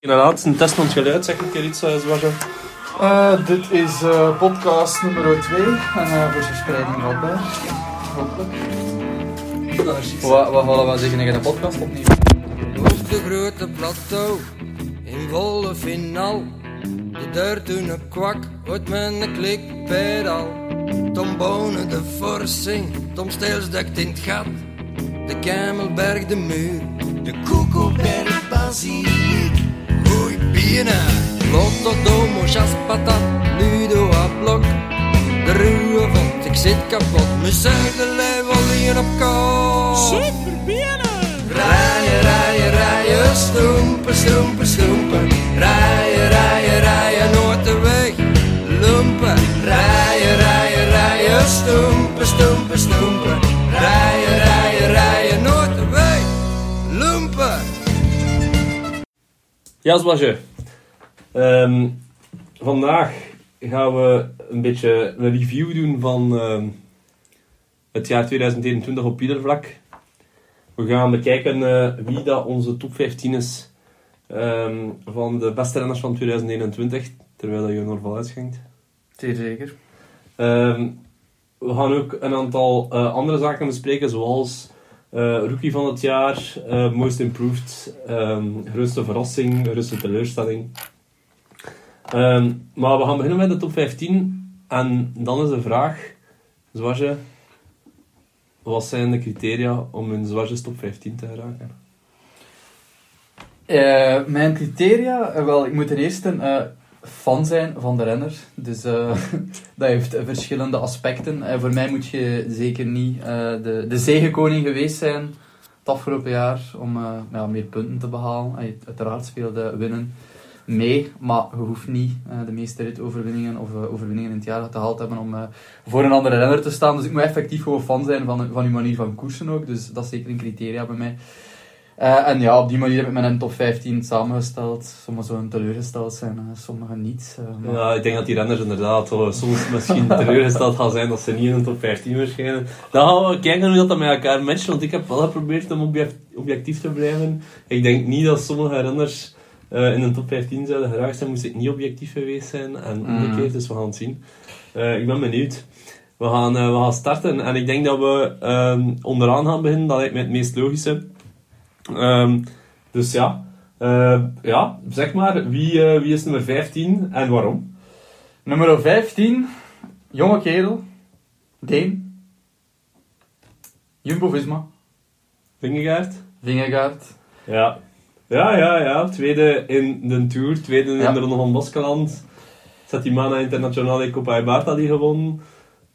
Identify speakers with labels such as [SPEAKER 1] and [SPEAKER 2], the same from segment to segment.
[SPEAKER 1] In de laatste test van het geluid, zeg een keer iets, eh, Zwartje.
[SPEAKER 2] Eh, dit is eh, podcast nummer 2 en eh, voor verspreiding erop. hè. Wat, wat willen we zeggen? Ik een dus podcast opnieuw.
[SPEAKER 3] Op de grote plateau, in volle final. De deur toen een kwak, hoort men een klikpedaal. Tom Bonen de forsing, Tom Steels duikt in het gat. De Kemelberg de muur, de Koekelberg basiliek. Hoi binnen, Lotto Domo, Jaspatat, Ludo Blok. De ruwe vond, ik zit kapot, mijn zuiderlijn wil hier op koop. Rijen, rijen, rijen, stoempen, stoempen, stoempen. Rijen, rijen, rijen, nooit de weg. Lumpen. Rijen, rijen, rijen, stoempen, stoempen, stoempen. Rijen, rijen, rijen, nooit de weg. Lumpen.
[SPEAKER 1] Ja, Zwartje. Ehm, vandaag gaan we een beetje een review doen van ehm, het jaar 2021 op ieder vlak. We gaan bekijken eh, wie dat onze top 15 is ehm, van de beste renners van 2021, terwijl dat je Norval uitschenkt.
[SPEAKER 2] Zeer zeker.
[SPEAKER 1] Ehm, we gaan ook een aantal eh, andere zaken bespreken, zoals eh, Rookie van het jaar, eh, Most Improved, ehm, grootste verrassing, grootste teleurstelling. Ehm, maar we gaan beginnen met de top 15. En dan is de vraag, Zwartje, wat zijn de criteria om in Zwartjes top 15 te geraken?
[SPEAKER 2] Eh, mijn criteria, eh, wel, ik moet ten eerste eh, fan zijn van de renner. Dus eh, dat heeft verschillende aspecten. Eh, voor mij moet je zeker niet eh, de, de zegenkoning geweest zijn het afgelopen jaar om eh, ja, meer punten te behalen. Eh, uiteraard speelde winnen mee, maar je hoeft niet eh, de meeste ritoverwinningen of eh, overwinningen in het jaar gehaald te hebben om eh, voor een andere renner te staan. Dus ik moet effectief gewoon fan zijn van, van uw manier van koersen ook. Dus dat is zeker een criteria bij mij. Eh, en ja, op die manier heb ik mijn top 15 samengesteld. Sommigen zullen teleurgesteld zijn, eh, sommigen niet. eh, maar-
[SPEAKER 1] Ja, ik denk dat die renners inderdaad wel soms misschien teleurgesteld gaan zijn dat ze niet in de top 15 verschijnen. Dan gaan we kijken hoe dat, dat met elkaar matcht, want ik heb wel geprobeerd om object- objectief te blijven. Ik denk niet dat sommige renners eh, in de top 15 zouden geraakt zijn, moest ik niet objectief geweest zijn. En
[SPEAKER 2] Mm.
[SPEAKER 1] omgekeerd, dus we gaan het zien. Eh, ik ben benieuwd. We gaan, eh, we gaan starten en ik denk dat we ehm, onderaan gaan beginnen, dat lijkt mij het meest logische. Ehm, dus ja. Eh, ja, zeg maar, wie, eh, wie is nummer 15 en waarom?
[SPEAKER 2] Nummer 15, jonge kerel, Deen, Jumbo-Visma,
[SPEAKER 1] Vingegaard?
[SPEAKER 2] Vingegaard.
[SPEAKER 1] Ja. Ja, ja, ja. Tweede in de Tour, tweede in
[SPEAKER 2] Ja.
[SPEAKER 1] de Ronde van Baskeland. Settimana Internationale Copa Ibarta die gewonnen.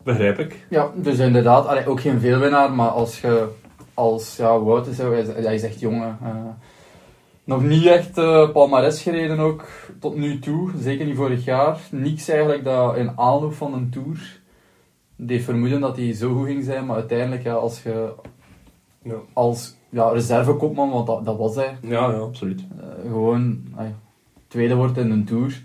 [SPEAKER 1] Begrijp ik.
[SPEAKER 2] Ja, dus inderdaad, allee, ook geen veelwinnaar, maar als je als ja, Wout is, hij is- hij is echt jong. hè. Eh, nog niet echt eh palmares gereden ook, tot nu toe, zeker niet vorig jaar. Niks eigenlijk dat in aanloop van een Tour deed vermoeden dat hij zo goed ging zijn, maar uiteindelijk ja, als je
[SPEAKER 1] Ja.
[SPEAKER 2] als ja, reservekopman, want dat, dat was hij,
[SPEAKER 1] Ja, ja, absoluut.
[SPEAKER 2] eh, gewoon ai, tweede wordt in een Tour.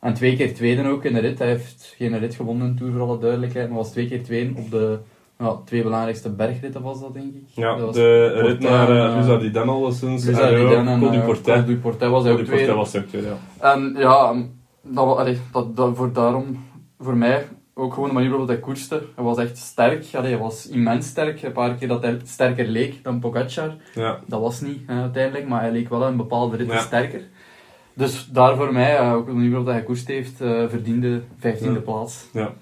[SPEAKER 2] En twee keer tweede ook in de rit. Hij heeft geen rit gewonnen in de Tour, voor alle duidelijkheid. Maar was twee keer tweede op de ja, twee belangrijkste bergritten was dat, denk ik.
[SPEAKER 1] Ja,
[SPEAKER 2] dat was
[SPEAKER 1] de
[SPEAKER 2] Portail,
[SPEAKER 1] rit naar
[SPEAKER 2] eh,
[SPEAKER 1] uh, Luzardidan alleszins.
[SPEAKER 2] Lisa Ridden en,
[SPEAKER 1] Col du
[SPEAKER 2] eh,
[SPEAKER 1] Portet.
[SPEAKER 2] Col du Portet was hij
[SPEAKER 1] Col
[SPEAKER 2] ook
[SPEAKER 1] du Portet
[SPEAKER 2] tweede.
[SPEAKER 1] was ook tweede, ja.
[SPEAKER 2] En ja, dat, wa- allee, dat, dat voor daarom, voor mij, ook gewoon de manier waarop hij koerste. Hij was echt sterk. Allee, hij was immens sterk. Een paar keer dat hij sterker leek dan Pogacar.
[SPEAKER 1] Ja,
[SPEAKER 2] Dat was niet hè, uiteindelijk, maar hij leek wel een bepaalde rit
[SPEAKER 1] Ja.
[SPEAKER 2] sterker. Dus daar voor mij, eh, ook op de manier waarop hij koerst heeft, eh, verdiende 15e
[SPEAKER 1] Ja.
[SPEAKER 2] plaats.
[SPEAKER 1] ja.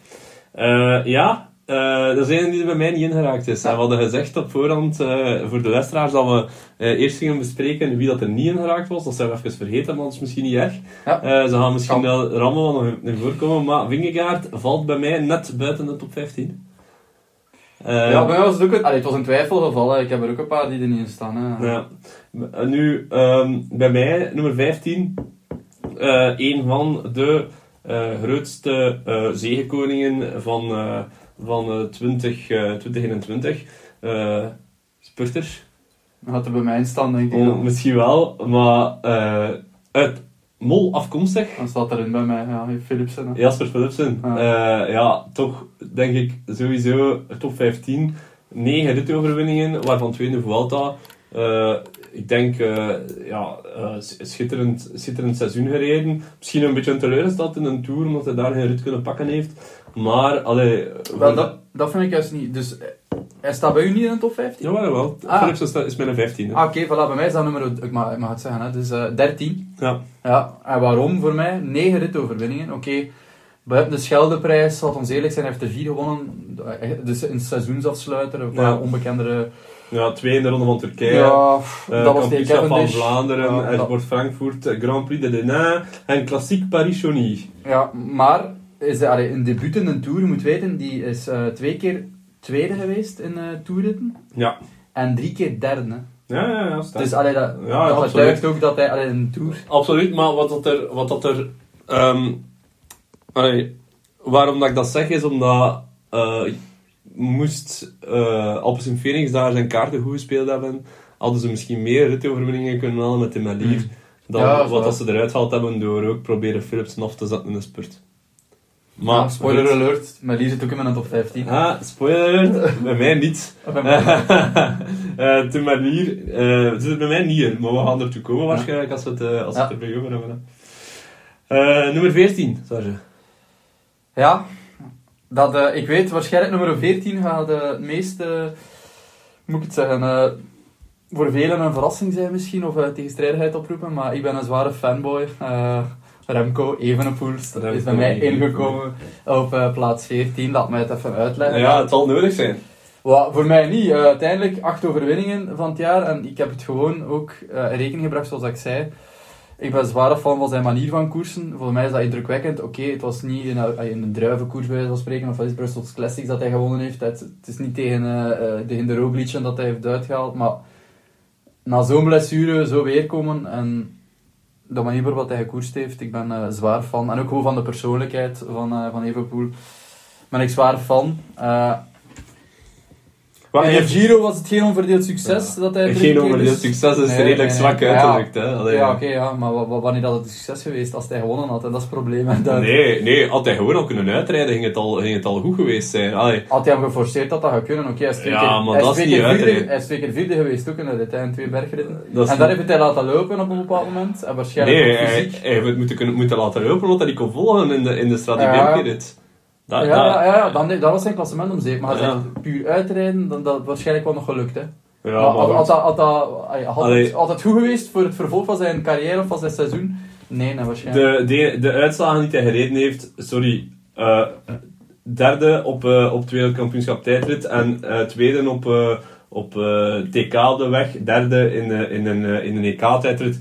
[SPEAKER 1] Eh, ja eh, dat is een die er bij mij niet ingeraakt is. En we hadden gezegd op voorhand eh, voor de luisteraars dat we eh, eerst gingen bespreken wie dat er niet ingeraakt was. Dat zijn we even vergeten, maar dat is misschien niet erg.
[SPEAKER 2] Ja.
[SPEAKER 1] Eh, ze gaan misschien
[SPEAKER 2] Kan.
[SPEAKER 1] wel rammel nog in- in voorkomen, maar Vingegaard valt bij mij net buiten de top 15. Eh,
[SPEAKER 2] ja, bij mij was het ook een, allee, het was een twijfelgeval. Hè. Ik heb er ook een paar die er niet in staan. Hè.
[SPEAKER 1] ja. Eh, Nu, ehm, bij mij, nummer 15, eh, een van de eh, grootste eh zegenkoningen van, eh, van eh, 20, eh, 2021. Eh, spurter,
[SPEAKER 2] Dan Had er bij mij in staan, denk ik.
[SPEAKER 1] Oh,
[SPEAKER 2] dan.
[SPEAKER 1] misschien wel, maar eh, uit Mol afkomstig.
[SPEAKER 2] Dan staat erin bij mij, ja, Philipsen. hè.
[SPEAKER 1] Jasper Philipsen.
[SPEAKER 2] Ah.
[SPEAKER 1] Eh, ja, toch denk ik sowieso top 15. 9 ritoverwinningen, waarvan 2 in de Vuelta. Eh, ik denk, eh, ja, eh, s- schitterend, schitterend seizoen gereden. Misschien een beetje teleurgesteld in een Tour, omdat hij daar geen rit kunnen pakken heeft. Maar, allee...
[SPEAKER 2] Wel, dat, dat vind ik juist niet. Dus eh, hij staat bij u niet in de top 15?
[SPEAKER 1] Jawel, jawel.
[SPEAKER 2] Ah.
[SPEAKER 1] Philips is, is mijn 15.
[SPEAKER 2] Ah, oké, voilà, bij mij is dat nummer, ik mag, ik mag het zeggen, hè, dus eh 13.
[SPEAKER 1] Ja.
[SPEAKER 2] Ja, en waarom voor mij? 9 ritoverwinningen, oké. We hebben de Scheldeprijs, laat ons eerlijk zijn, hij heeft er 4 gewonnen. Dus een seizoensafsluiter, een paar
[SPEAKER 1] Ja.
[SPEAKER 2] onbekendere...
[SPEAKER 1] ja, twee in de Ronde van Turkije.
[SPEAKER 2] ja, pff,
[SPEAKER 1] Eh,
[SPEAKER 2] dat was tegen
[SPEAKER 1] kampioenschap van
[SPEAKER 2] Cavendish.
[SPEAKER 1] Vlaanderen,
[SPEAKER 2] Ja,
[SPEAKER 1] Airport
[SPEAKER 2] dat-
[SPEAKER 1] Frankfurt, eh, Grand Prix de Denain en klassiek Paris-Chauny.
[SPEAKER 2] Ja, maar is hij, allee, een debuut in een Tour, je moet weten, die is eh, twee keer tweede geweest in eh toerritten.
[SPEAKER 1] Ja.
[SPEAKER 2] En drie keer derde. hè.
[SPEAKER 1] Ja, ja, ja, sterk.
[SPEAKER 2] Dus allee, dat,
[SPEAKER 1] Ja,
[SPEAKER 2] dat
[SPEAKER 1] absoluut.
[SPEAKER 2] getuigt ook dat hij allee, in een Tour...
[SPEAKER 1] Absoluut, maar wat dat er... Wat dat er ehm, allee, waarom dat ik dat zeg, is omdat... eh, moest eh Appels en Phoenix daar zijn kaarten goed gespeeld hebben, hadden ze misschien meer ritoverwinningen kunnen halen met de Melier
[SPEAKER 2] Hmm.
[SPEAKER 1] dan
[SPEAKER 2] Ja, dat is
[SPEAKER 1] wat
[SPEAKER 2] waar.
[SPEAKER 1] dat ze eruit gehaald hebben door ook proberen Philipsen af te zetten in de spurt. Maar,
[SPEAKER 2] Ja, spoiler alert, maar hier zit ook in mijn top 15.
[SPEAKER 1] Ah, spoiler alert. bij mij niet.
[SPEAKER 2] Of in mijn-
[SPEAKER 1] Eh de manier, eh het zit bij mij niet in, maar we gaan ertoe komen waarschijnlijk als we het, eh, als we het
[SPEAKER 2] Ja.
[SPEAKER 1] erbij over hebben. hè. Eh nummer 14, Serge.
[SPEAKER 2] Ja, dat, eh, ik weet, waarschijnlijk nummer 14 gaat eh, het meeste, moet ik het zeggen, eh, voor velen een verrassing zijn misschien, of eh, tegenstrijdigheid oproepen, maar ik ben een zware fanboy. eh, Remco Evenepoel is
[SPEAKER 1] Remco
[SPEAKER 2] bij mij
[SPEAKER 1] Evenepoel.
[SPEAKER 2] ingekomen op eh, plaats 14, laat mij het even uitleggen.
[SPEAKER 1] Ja, het zal nodig zijn.
[SPEAKER 2] Wa- voor mij niet. Eh, uiteindelijk acht overwinningen van het jaar. En ik heb het gewoon ook eh, in rekening gebracht, zoals ik zei. Ik ben zware fan van zijn manier van koersen. Voor mij is dat indrukwekkend. Oké, het was niet in, een- in een druivenkoers, bij wijze van spreken, of wel eens Brussels Classics dat hij gewonnen heeft. Het, het is niet tegen eh, eh, tegen de Roglic en dat hij heeft uitgehaald. Maar na zo'n blessure zo weer komen en de manier waarop hij gekoerst heeft, ik ben eh, zwaar fan. En ook gewoon van de persoonlijkheid van, eh van Evenpoel ben ik zwaar fan. Eh,
[SPEAKER 1] Wacht,
[SPEAKER 2] in de
[SPEAKER 1] even,
[SPEAKER 2] Giro was het geen onverdeeld succes dat hij drie
[SPEAKER 1] geen
[SPEAKER 2] keer
[SPEAKER 1] onverdeeld
[SPEAKER 2] dus-
[SPEAKER 1] succes is
[SPEAKER 2] Nee,
[SPEAKER 1] redelijk
[SPEAKER 2] nee,
[SPEAKER 1] zwak
[SPEAKER 2] nee.
[SPEAKER 1] uitgedrukt. hè. Allee,
[SPEAKER 2] Ja, oké, ja, maar wa- wa- wanneer dat het een succes geweest als hij gewonnen had, en dat is het probleem. hè, dat-
[SPEAKER 1] Nee, nee, had hij gewoon al kunnen uitrijden, ging het al, ging het al goed geweest zijn. Allee,
[SPEAKER 2] Had hij hem geforceerd, dat dat gaat kunnen. Oké, hij is twee
[SPEAKER 1] Ja,
[SPEAKER 2] keer,
[SPEAKER 1] maar
[SPEAKER 2] hij is
[SPEAKER 1] dat is
[SPEAKER 2] twee
[SPEAKER 1] niet
[SPEAKER 2] keer vierde,
[SPEAKER 1] uitrijden.
[SPEAKER 2] hij is twee keer vierde geweest ook in de rit, hè, in twee bergritten.
[SPEAKER 1] dat is
[SPEAKER 2] en daar heeft hij laten lopen op een bepaald moment. En waarschijnlijk
[SPEAKER 1] nee,
[SPEAKER 2] ook
[SPEAKER 1] hij,
[SPEAKER 2] fysiek.
[SPEAKER 1] hij heeft het moeten, kunnen, moeten laten lopen, omdat hij die kon volgen in de, in de strategie-rit.
[SPEAKER 2] Ja, ja, ja, dan, dat was zijn klassement om zeep. Maar als
[SPEAKER 1] Ja.
[SPEAKER 2] hij echt puur uitrijden, dan dat waarschijnlijk wel nog gelukt. Hè.
[SPEAKER 1] ja,
[SPEAKER 2] maar
[SPEAKER 1] maar
[SPEAKER 2] had,
[SPEAKER 1] goed.
[SPEAKER 2] had, dat- had, dat- ay, had, het,
[SPEAKER 1] Allee.
[SPEAKER 2] had het goed geweest voor het vervolg van zijn carrière of van zijn seizoen? Nee, nee waarschijnlijk.
[SPEAKER 1] De, de, de uitslagen die hij gereden heeft, sorry, eh, derde op, eh op het wereldkampioenschap tijdrit en eh, tweede op, eh, op eh, TK op de weg, derde in, eh, in een, eh, in een EK-tijdrit.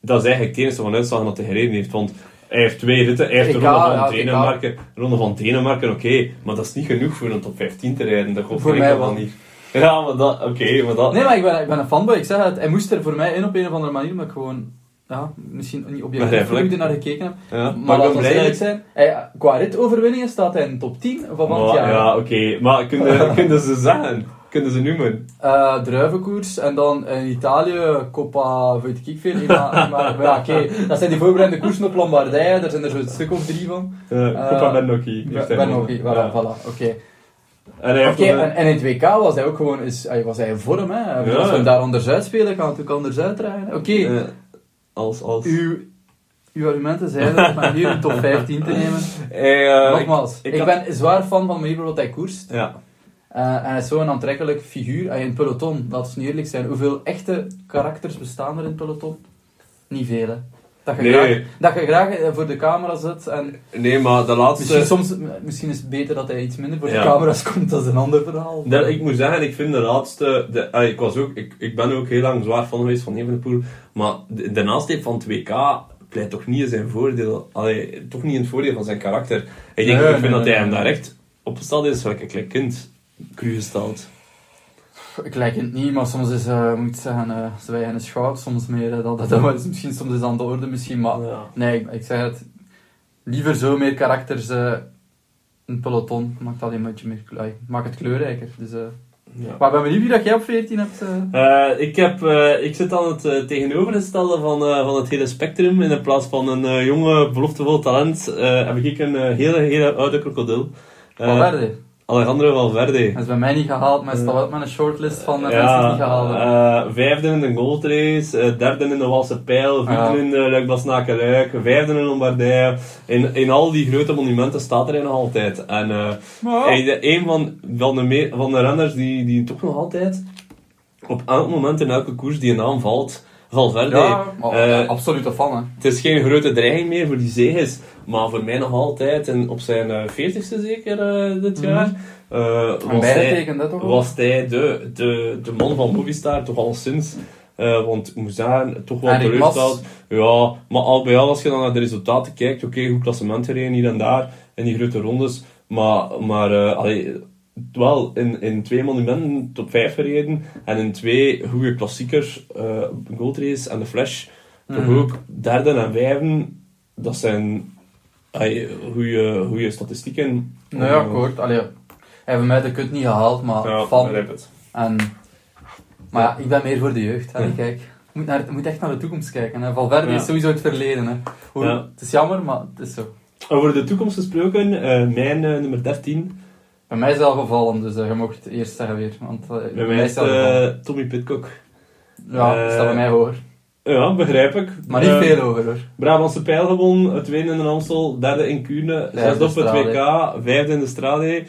[SPEAKER 1] Dat is eigenlijk het enige van uitslagen dat hij gereden heeft, want hij heeft twee ritten, hij heeft de
[SPEAKER 2] TK,
[SPEAKER 1] Ronde van
[SPEAKER 2] ja, TK.
[SPEAKER 1] Denemarken, Ronde van Denemarken, oké, maar dat is niet genoeg voor een top 15 te rijden, dat komt
[SPEAKER 2] Voor mij wel.
[SPEAKER 1] niet. Ja, maar dat, oké, maar dat...
[SPEAKER 2] Nee, maar ik ben, ik ben een fanboy. Ik zeg het, hij moest er voor mij in op een of andere manier, maar ik gewoon, ja, misschien niet objectief
[SPEAKER 1] Begrijpelijk.
[SPEAKER 2] voldoende naar gekeken heb.
[SPEAKER 1] ja, maar,
[SPEAKER 2] Maar
[SPEAKER 1] ik ben
[SPEAKER 2] laten we
[SPEAKER 1] blij dat
[SPEAKER 2] eerlijk
[SPEAKER 1] ik-
[SPEAKER 2] zijn, hij, qua ritoverwinningen staat hij in de top 10 van
[SPEAKER 1] Maar-
[SPEAKER 2] het jaar.
[SPEAKER 1] Ja, oké, maar kunnen, kunnen ze zeggen? Kunnen ze noemen?
[SPEAKER 2] Eh, druivenkoers en dan in Italië, Coppa, weet ik veel. Maar, maar ja, oké, dat zijn die voorbereidende koersen op Lombardije, daar zijn er zo'n stuk of drie van.
[SPEAKER 1] Uh, Copa
[SPEAKER 2] Eh,
[SPEAKER 1] Bernocchi.
[SPEAKER 2] Ik
[SPEAKER 1] heeft hij
[SPEAKER 2] ben nog
[SPEAKER 1] gewonnen.
[SPEAKER 2] niet, voilà,
[SPEAKER 1] Ja.
[SPEAKER 2] voilà, oké.
[SPEAKER 1] En hij heeft eh,
[SPEAKER 2] Oké,
[SPEAKER 1] nog een-
[SPEAKER 2] en, en in het WK was hij ook gewoon is, hij was hij in vorm, hè.
[SPEAKER 1] Ja.
[SPEAKER 2] Als we hem daar anders uitspelen, kan het ook anders uitdragen. Oké,
[SPEAKER 1] eh, als, als...
[SPEAKER 2] Uw, uw argumenten zijn dat maar hier een top 15 te nemen.
[SPEAKER 1] Hij, eh,
[SPEAKER 2] Nogmaals, ik,
[SPEAKER 1] ik had-
[SPEAKER 2] ben zwaar fan van manier waarop hij koerst.
[SPEAKER 1] Ja.
[SPEAKER 2] Eh, en hij is zo'n aantrekkelijk figuur. En in het peloton, laten we nu eerlijk zijn, hoeveel echte karakters bestaan er in het peloton? Niet veel, hè. Dat je,
[SPEAKER 1] Nee.
[SPEAKER 2] graag, dat je graag eh, voor de camera zit. En
[SPEAKER 1] Nee, maar de
[SPEAKER 2] misschien,
[SPEAKER 1] laatste...
[SPEAKER 2] soms, m- misschien is het beter dat hij iets minder voor
[SPEAKER 1] eh, Ja.
[SPEAKER 2] de camera's komt, dat is een ander verhaal.
[SPEAKER 1] Dat, ik moet zeggen, ik vind de laatste... De, ah, ik, was ook, ik, ik ben ook heel lang zwaar fan geweest van Evenepoel. Maar de, de nastreep van 2K pleit toch niet in zijn voordeel. Allee, toch niet in het voordeel van zijn karakter. Ik denk,
[SPEAKER 2] Nee,
[SPEAKER 1] ik vind
[SPEAKER 2] nee,
[SPEAKER 1] dat hij
[SPEAKER 2] nee,
[SPEAKER 1] hem
[SPEAKER 2] nee.
[SPEAKER 1] daar echt op gesteld is, welke klein kind. Cru gesteld.
[SPEAKER 2] Ik lijk het niet, maar soms is, eh moet ik zeggen, eh zwijgen en schout, soms meer eh, dan dat. dat was misschien soms is aan de orde, misschien, maar...
[SPEAKER 1] Ja.
[SPEAKER 2] Nee, ik, ik zeg het. Liever zo meer karakters eh, in het peloton. Maakt dat een beetje meer klei- Maakt het kleurrijker. Dus, eh.
[SPEAKER 1] Ja.
[SPEAKER 2] Maar ik ben benieuwd wie dat jij op 14 hebt. eh.
[SPEAKER 1] Eh, ik, heb, eh, ik zit aan het eh, tegenovergestelde van, eh, van het hele spectrum. In plaats van een eh, jonge, beloftevol talent eh, heb ik een eh, hele, hele oude krokodil. Eh,
[SPEAKER 2] Valverde.
[SPEAKER 1] Alejandro Valverde.
[SPEAKER 2] Dat is bij mij niet gehaald, maar hij staat wel op mijn shortlist van eh, mensen die
[SPEAKER 1] eh, Ja,
[SPEAKER 2] niet gehaald hebben.
[SPEAKER 1] eh, vijfde in de goldrace, eh, derde in de Walse Pijl, vierde
[SPEAKER 2] Ja.
[SPEAKER 1] in de Luik Basnaken Luik, vijfde in Lombardije. In, in al die grote monumenten staat er hij nog altijd. En eh,
[SPEAKER 2] Oh.
[SPEAKER 1] hij is een van, van, de me- van de renners die, die toch nog altijd op elk moment in elke koers die een naam valt, Valverde.
[SPEAKER 2] ja, maar,
[SPEAKER 1] Eh,
[SPEAKER 2] ja, absoluut een fan, hè.
[SPEAKER 1] het is geen grote dreiging meer voor die zegens, maar voor mij nog altijd, en op zijn veertigste zeker eh, dit
[SPEAKER 2] Mhm.
[SPEAKER 1] jaar, eh,
[SPEAKER 2] Een
[SPEAKER 1] was hij
[SPEAKER 2] bijteken, dat toch? ook?
[SPEAKER 1] was hij de, de, de man van Movistar, toch al sinds. eh want ik moet zeggen, toch wel
[SPEAKER 2] Erik Mas.
[SPEAKER 1] teleurgesteld. Ja, maar al bij al, als je dan naar de resultaten kijkt, oké, goed klassement gereden hier en daar, in die grote rondes. Maar, maar eh, allee, wel, in, in twee monumenten top 5 gereden en in twee goede klassiekers, eh Goldrace en de Flash, toch
[SPEAKER 2] Mhm.
[SPEAKER 1] ook derde en vijfden, dat zijn goede goede statistieken.
[SPEAKER 2] Nou ja, akkoord. Allee, hij heeft bij mij de kut niet gehaald, maar
[SPEAKER 1] Ja,
[SPEAKER 2] fan.
[SPEAKER 1] daar heb je het.
[SPEAKER 2] En, maar ja, ik ben meer voor de jeugd. Allee, kijk, je moet, naar, je moet echt naar de toekomst kijken. Hè. Valverde
[SPEAKER 1] Ja.
[SPEAKER 2] is sowieso het verleden. Hè. Hoe-
[SPEAKER 1] Ja.
[SPEAKER 2] Het is jammer, maar het is zo.
[SPEAKER 1] Over de toekomst gesproken, eh, mijn eh, nummer 13.
[SPEAKER 2] Bij mij is het al gevallen, dus eh, je mocht het eerst zeggen weer. Want eh,
[SPEAKER 1] Bij mij is
[SPEAKER 2] het al gevallen.
[SPEAKER 1] eh, Tommy Pitcock.
[SPEAKER 2] Ja,
[SPEAKER 1] eh,
[SPEAKER 2] dat staat bij mij hoor.
[SPEAKER 1] Ja, begrijp ik.
[SPEAKER 2] Maar niet
[SPEAKER 1] Eh,
[SPEAKER 2] veel over hoor.
[SPEAKER 1] Brabantse pijl gewonnen, het winnen in de Amstel, derde in Kuurne,
[SPEAKER 2] Vijfde
[SPEAKER 1] zesde op het
[SPEAKER 2] Strade.
[SPEAKER 1] WK, vijfde in de Strade.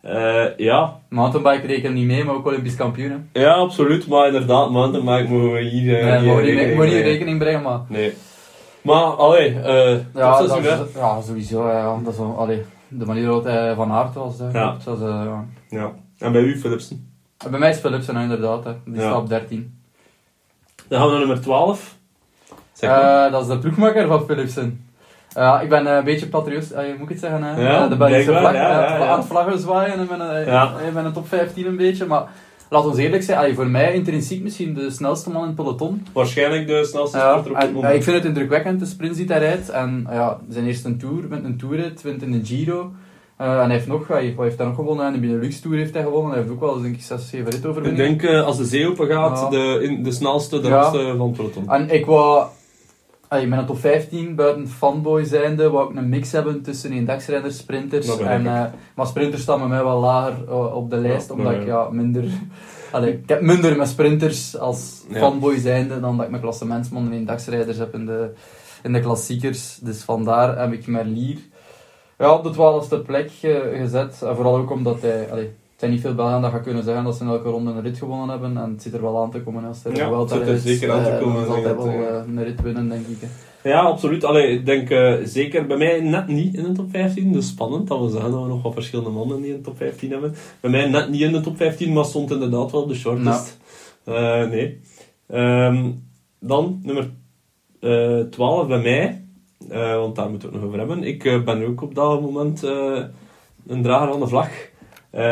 [SPEAKER 1] Eh, ja.
[SPEAKER 2] Mountainbike reken niet mee, maar ook Olympisch kampioen. hè.
[SPEAKER 1] ja, absoluut, maar inderdaad, mountainbike mogen we hier eh,
[SPEAKER 2] Nee, mogen we niet- mogen we niet in
[SPEAKER 1] brengen.
[SPEAKER 2] rekening brengen, maar...
[SPEAKER 1] Nee. Maar, allee, eh
[SPEAKER 2] Ja,
[SPEAKER 1] tot
[SPEAKER 2] dat
[SPEAKER 1] zover.
[SPEAKER 2] is, ja, sowieso. Ja, dat is, wel- allee, de manier waarop hij van aard was. Hè,
[SPEAKER 1] Ja.
[SPEAKER 2] Dat is, eh, ja.
[SPEAKER 1] Ja. En bij u, Philipsen.
[SPEAKER 2] En Bij mij is Philipsen hè, inderdaad. Hè. Die
[SPEAKER 1] Ja.
[SPEAKER 2] staat op 13.
[SPEAKER 1] Dan gaan we naar nummer 12. Zeg maar.
[SPEAKER 2] Eh, dat is de ploegmaker van Philipsen. Ja, ik ben eh, een beetje patriot, eh, moet ik het zeggen. Hè?
[SPEAKER 1] Ja,
[SPEAKER 2] Eh, de Belgische
[SPEAKER 1] blijkbaar,
[SPEAKER 2] vlag.
[SPEAKER 1] ja,
[SPEAKER 2] eh,
[SPEAKER 1] ja, ja.
[SPEAKER 2] Aan het vlaggen zwaaien en met een,
[SPEAKER 1] Ja.
[SPEAKER 2] eh, met een top 15 een beetje. Maar laat ons eerlijk zijn, allee, voor mij intrinsiek misschien de snelste man in het peloton.
[SPEAKER 1] Waarschijnlijk de snelste
[SPEAKER 2] Ja,
[SPEAKER 1] sporter op dit
[SPEAKER 2] en, eh, ik
[SPEAKER 1] moment.
[SPEAKER 2] vind het indrukwekkend, de sprints die hij rijdt. En eh, ja, zijn eerste tour, met een toerrit, wint in de Giro. Eh, en hij heeft nog, hij, wat heeft hij nog gewonnen? En de Benelux Tour heeft hij gewonnen. Hij heeft ook wel eens, denk ik, 6, 7 rit over
[SPEAKER 1] Ik denk, eh, als de zee open gaat,
[SPEAKER 2] Ja.
[SPEAKER 1] de, in, de snelste, de
[SPEAKER 2] Ja. Ah.
[SPEAKER 1] rest van het peloton.
[SPEAKER 2] En ik wou, allee, met een top 15 buiten fanboy zijnde, wou ik een mix hebben tussen eendagsrenners, sprinters.
[SPEAKER 1] Nou, Dat begrijp
[SPEAKER 2] en, eh, maar sprinters staan bij mij wel lager eh, op de lijst,
[SPEAKER 1] Ja,
[SPEAKER 2] omdat
[SPEAKER 1] dat
[SPEAKER 2] ik ja, minder. Allee, ik heb minder met sprinters als
[SPEAKER 1] Ja.
[SPEAKER 2] fanboy zijnde dan dat ik met klassementsmannen en eendagsrijders heb in de, in de klassiekers. Dus vandaar heb ik Merlier ja, op de twaalfde plek eh, gezet. En vooral ook omdat hij. Allee, het zijn niet veel Belgen dat gaan kunnen zeggen dat ze in elke ronde een rit gewonnen hebben. En het zit er wel aan te komen als er
[SPEAKER 1] Ja,
[SPEAKER 2] wel
[SPEAKER 1] het zit er zeker aan te komen,
[SPEAKER 2] zal hij
[SPEAKER 1] denk ik,
[SPEAKER 2] wel
[SPEAKER 1] ja.
[SPEAKER 2] eh, een rit winnen, denk ik. hè.
[SPEAKER 1] Ja, absoluut. Allee, ik denk eh, zeker bij mij net niet in de top 15. Dus spannend dat we zeggen dat we nog wat verschillende mannen die in de top 15 hebben. Bij mij net niet in de top 15, maar stond inderdaad wel op de shortlist. Eh, nee. Ehm, dan nummer eh 12 bij mij. Eh, want daar moeten we het nog over hebben. Ik eh, ben ook op dat moment eh, een drager van de vlag. Eh,